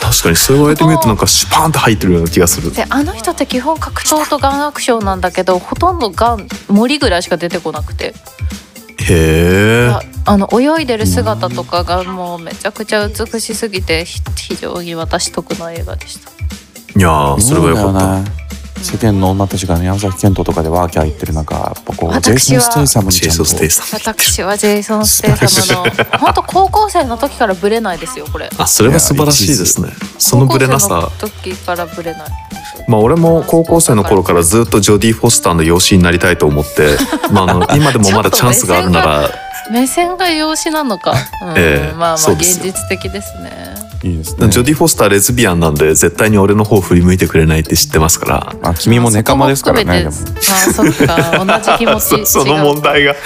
S3: 確かにそう言われてみるとなんかシュパーンって入ってるような気がする。
S4: であの人って基本格闘とガンアクションなんだけどほとんどガン森ぐらいしか出てこなくて
S3: へえ
S4: あ。あの泳いでる姿とかがもうめちゃくちゃ美しすぎてひ非常に私得な映画でした。
S3: いやーそれはよかった。
S2: ね世間の女たちがね山崎賢人とかでワーキャー言ってる中やっぱこうジェイ
S4: 私
S2: ソ
S4: は
S2: ン・ステイサムに
S3: ジ
S2: ち
S3: ェイ
S2: ゃんと
S3: ソンステイさん。
S4: 私はジェイソン・ステイサ ムの本当高校生の時からブレないですよこれ。
S3: あそれは素晴らしいですね。そのブレなさ。
S4: 高校生の時からブレない。
S3: まあ、俺も高校生の頃からずっとジョディ・フォスターの養子になりたいと 思って、まあ、あの今でもまだチャンスがあるなら
S4: 目線が養子なのか。うん
S3: ええ
S4: まあまあ
S3: そうです
S4: 現
S3: よ
S4: 実的ですね。
S2: いいですね
S3: ジョディ・フォスターレズビアンなんで絶対に俺の方振り向いてくれないって知ってますから。
S2: あ君もネカマですからね
S4: まあ
S2: でも
S4: そこも含めてあそっか同じ気持ち違。
S3: そうその問題 がい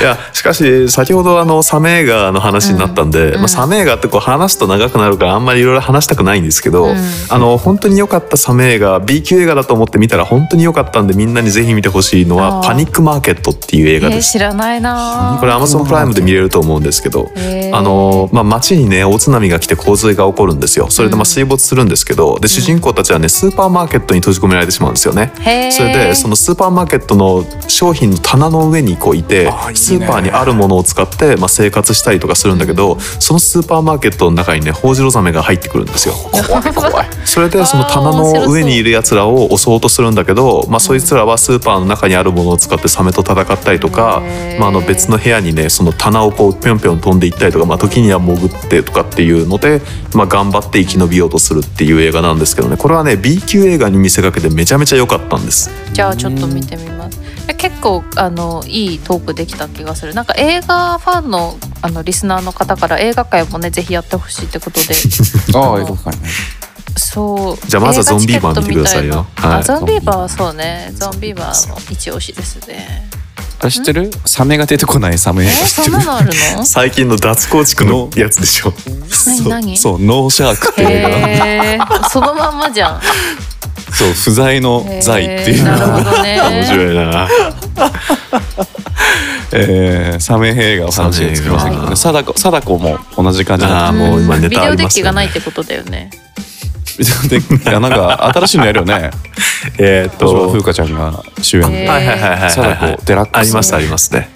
S3: やしかし先ほどあのサメ映画の話になったんで、
S4: うん
S3: まあ、サメ映画ってこう話すと長くなるからあんまりいろいろ話したくないんですけど、
S4: うん
S3: あの本当に良かったサメ映画 B 級映画だと思って見たら本当に良かったんでみんなにぜひ見てほしいのは
S4: あ
S3: 「
S4: ー
S3: パニック・マーケット」っていう映
S4: え
S3: 画
S4: ー、
S3: です。
S4: 知らないなー。
S3: これ Amazon プライムで見れると思うんですけど、
S4: へー
S3: あのまあ、町にね大津波が来て洪水が起こるんですよそれでまあ水没するんですけど、で主人公たちはねスーパーマーケットに閉じ込められてしまうんですよね。
S4: へー
S3: それでそのスーパーマーケットの商品の棚の上にこういて
S2: あいいね
S3: スーパーにあるものを使って、まあ、生活したりとかするんだけど、そのスーパーマーケットの中にねホオジロザメが入ってくるんですよ。
S2: 怖い怖い。
S3: それでその棚の上にいるやつらを襲おうとするんだけど、まあ、そいつらはスーパーの中にあるものを使ってサメと戦ったりとか、
S4: へー
S3: まあ、あの別の部屋にねその棚をこうぴょんぴょん飛んでいったりとか、まあ、時には潜ってとかっていうので、まあ、頑張って生き延びようとするっていう映画なんですけどねこれはね B 級映画に見せかけてめちゃめちゃ良かったんです。
S4: じゃあちょっと見てみます。え結構あのいいトークできた気がする。なんか映画ファンのあのリスナーの方から映画界もねぜひやってほしいってこと で、
S2: ああ、映画館ね。
S4: そう。
S3: じゃあまずはゾンビーバー
S4: 映画チケットみた
S3: 見てくださいよ
S4: な
S3: はい
S4: あゾンビーバーはそうね。ゾンビーバーも一押しですね。
S2: あれ知ってるサメが出てこないサメ映
S4: え
S2: 画
S4: ー、
S2: 知っ
S4: そ
S2: て
S4: ん
S2: る
S4: なのあるの？
S3: 最近の脱構築のやつでしょ。
S4: 何何？
S2: そうそう、ノーシャークっていう映
S4: へーそのまんまじ ゃん。
S2: 画。そう、不在の罪ってい
S4: へー
S2: う。
S4: なるほどね。
S3: 面白いな。
S2: えー、サメ映画を話を作りましたけどね。貞子、貞子も同じ感じ
S3: あ
S2: な
S3: ー
S2: ん
S3: もう今ネ
S4: ビ
S3: タ
S4: デ
S3: あ
S4: オ
S3: り
S4: デ
S3: ま
S4: ッ
S3: す
S4: キ
S3: よ
S4: がな
S3: ね
S4: いっ。てことだよね。
S2: で。でいやなんか新しいのやるよ ね。
S3: えーっ
S2: 小島
S3: と
S2: 風花ちゃんが主演
S4: え
S2: で。
S4: ー
S3: はいはいはいはいはい。
S2: 貞子デラックス
S3: ありますありますね。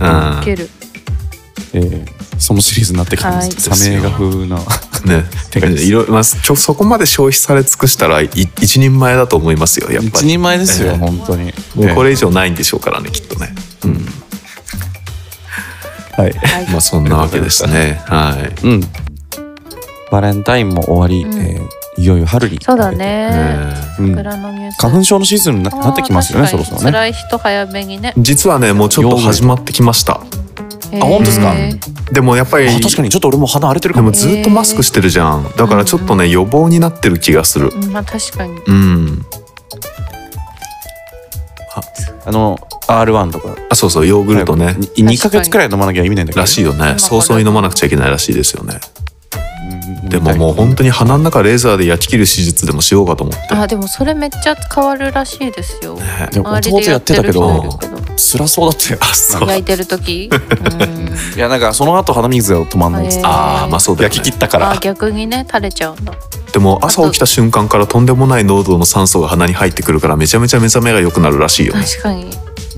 S3: う
S4: い
S3: ん。
S4: ける。
S2: えーそのシリーズになってきたんです。
S3: はい
S2: サメ映画風な。
S3: ね
S2: てか、
S3: いろいろまあ、ちょそこまで消費され尽くしたらい一人前だと思いますよやっぱ
S2: 一
S3: り
S2: 人前です
S3: え
S2: よ、
S3: え
S2: 本当に。
S3: もうこれ以上ないんでしょうからねきっとね、うん、
S2: ええ、はい。
S4: はい。
S3: まあそんなわけですねはい
S2: うん。バレンタインも終わり、
S4: うん
S2: えーいよいよ春に。
S4: そうだね。
S3: え
S2: うん
S4: 桜のニュース。
S2: 花粉症のシーズンにななってきますよね、
S4: あー
S2: そろそろね。
S4: 辛い人早めにね
S3: ー。実はねもうちょっと始まってきました
S4: あ
S2: 本当ですか
S3: でもやっぱり
S2: あ確かにちょっと俺も鼻荒れてる
S3: で
S2: かも
S3: も。ずっとマスクしてるじゃんだからちょっとね予防になってる気がする
S4: まあ確かに。
S3: うん
S2: あの R1 とか。
S3: あそうそうヨーグルトね
S2: 2ヶ月くらい飲まなきゃ意味ないんだけど。
S3: らしい
S2: よ。
S3: よね
S4: 今
S3: 早々に飲まなくちゃいけないらしいですよねでももう
S2: み
S3: 本当に鼻の中レーザーで焼き切る手術でもしようかと思って
S4: あでもそれめっちゃ変わるらしいですよ。
S2: たいな。でも
S4: 周り
S2: 弟
S4: で
S2: やってたけ
S4: やって
S2: ど
S4: る、人いるけ
S2: 辛そうだったよ。
S3: あ そう
S4: ど焼いてる時。うん
S2: いや、なんかその後鼻水が止まんないっつって
S4: へー
S3: ああまあそうだよね
S2: 焼き切ったか
S4: あ
S2: ら。
S4: 逆にね垂れちゃうんだ。
S3: でも朝起きた瞬間からとんでもない濃度の酸素が鼻に入ってくるからめちゃめちゃ目覚めが良くなるらしいよ。
S4: 確かに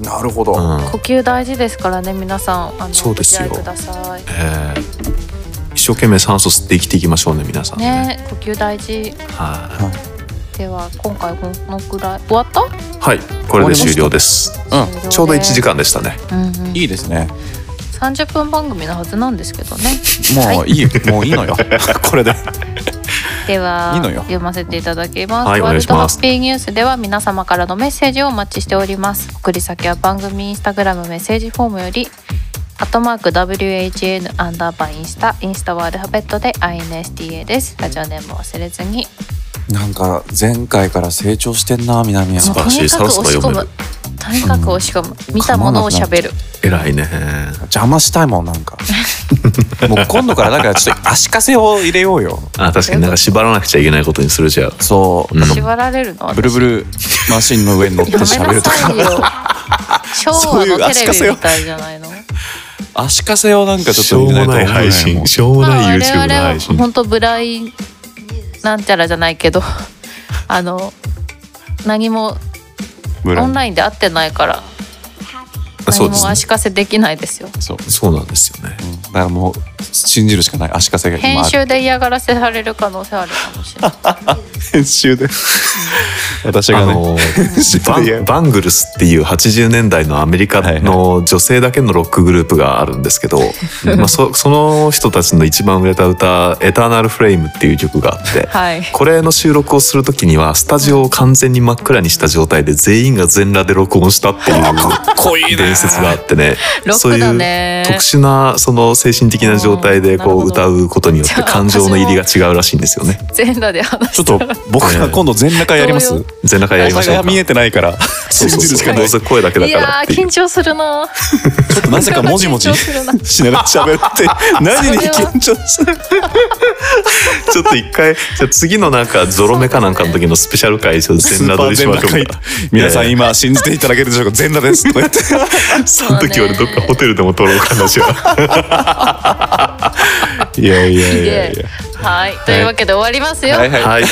S2: なるほど
S3: う。ん
S4: 呼吸大事ですからね皆さんあの
S3: そうですよ
S4: ご自愛ください。
S3: えー一生懸命酸素吸って生きていきましょうね皆さんね。
S4: ね呼吸大事。
S3: は
S4: では今回このくらい終わった？
S3: い、はい、これで終了です。
S2: う
S3: ちょうど1時
S4: 間。
S3: 間でしたね。
S4: うんうん
S2: ん。いいですね。
S4: 三十分番組のはずなんですけどね。
S2: もういい、もういいのよ。 これで。
S4: ではい
S2: いのよ
S4: 読ませていただきます。
S3: はいお
S4: ワー
S3: 願い
S4: ル
S3: し
S4: ドハ
S3: ます
S4: ッピーニュースでは皆様からのメッセージをお待ちしております。送り先は番組インスタグラムメッセージフォームより。アットマーク WHN アンダーバーインスタインスタはアルファベットで INSTA ですラジオネームを忘れずに
S2: なんか前回から成長してんな、南
S4: もう
S2: 山
S3: 素晴
S4: と
S3: らしい
S4: にかく
S3: そろ
S4: 押し込
S3: そろ読め
S4: む
S3: る
S4: とにかく押し込む、見たものをしゃべる
S3: 偉いね。
S2: 邪魔したいもんなん かもう今度からだからちょっと足かせを入れようよ
S3: あ確かになんか縛らなくちゃいけないことにするじゃん。
S2: そう
S3: うん
S4: 縛られるの
S2: ブルブルマシンの上に乗って
S4: やめなさ
S2: 喋るとか
S4: いよ昭
S2: そう
S4: 和
S2: いう
S4: の
S2: 足
S4: テ
S2: か
S4: レ
S2: せ
S4: ビ
S2: よ
S4: みたいじゃないの
S2: 足かせをなんかちょっ
S3: し
S2: と
S3: ょ
S2: 入
S3: う
S2: れ
S3: もな
S2: な
S3: い
S2: いと
S3: 配
S2: も
S3: 信、しょうも
S4: まあ
S3: ない
S4: 我
S3: YouTube
S4: 々
S3: の
S4: は
S3: 配信。
S4: 本当ブライなんちゃらじゃないけどあの何も
S2: ブラ
S4: オ
S2: ウ
S4: ン
S2: ン
S4: ラインで会ってないから
S3: そ
S4: 何
S3: うです
S4: も
S3: ね。
S4: 足かせできないですよ
S2: そう、
S3: そうなんですよね。
S2: うんだからもう信じるしかない足かせが今
S4: 編
S2: ある
S4: 集で嫌がらせされる可能性あるかもしれない
S2: 編集で私
S3: あ
S2: がね
S3: のバ
S2: いや
S3: ンバングルスっていう80年代のアメリカの女性だけのロックグループがあるんですけど、まあ、そその人たちの一番売れた歌「エターナルフレイム」っていう曲があって。
S4: はい
S3: これの収録をするときにはスタジオを完全に真っ暗にした状態で全員が全裸で録音したっていう
S2: こいいね
S3: 伝説があってね
S4: ロッ
S3: そう
S4: ク
S3: い
S4: だ
S3: う
S4: ね
S3: 特殊なその精神的な状態でこ
S4: う
S3: うん
S4: なる
S3: 歌
S4: ほど
S3: うことによって感情の入りが違うらしいんですよね。
S4: 全裸で話
S2: ち
S4: し
S2: ょった と
S4: ら
S2: 僕ら今度全裸会やります
S4: どうよ
S3: 全裸会やりましょう
S2: が
S3: か
S2: 見。えてないから
S3: そう
S2: 信
S3: そう
S2: じるし
S3: そ
S2: か
S3: う
S2: な
S3: ど
S2: いう
S3: せ声だけだ
S4: い
S3: か
S4: や
S3: らっ
S4: ー
S3: ていう
S4: 緊張するな
S2: なぜかもじ もじ
S4: 緊張するな
S2: しながら喋って何に緊張する
S3: ちょっと一回、じゃあ次のなんか、ゾロ目かなんかの時のスペシャル回、ちょっと 全
S2: スー
S3: 裸
S2: パー
S3: 撮りし
S2: 全
S3: ましょ
S2: 裸
S3: う
S2: 会
S3: か。
S2: 皆さ
S3: い
S2: ん
S3: やい
S2: 今信じていただけるでしょうか全裸 ですとか言って
S3: やその時俺どっかホテルでも撮ろうかな、じゃあ。
S2: いやいや
S4: いやいやはいというわけで終わりますよ、
S2: はいはい
S3: はい。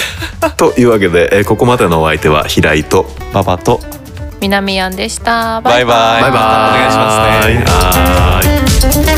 S3: というわけで、えーここまでのお相手は平井と、
S2: パパと
S5: 南やんでした。
S3: バイバイ。
S4: バイバイ
S3: お願いしますね。
S4: はい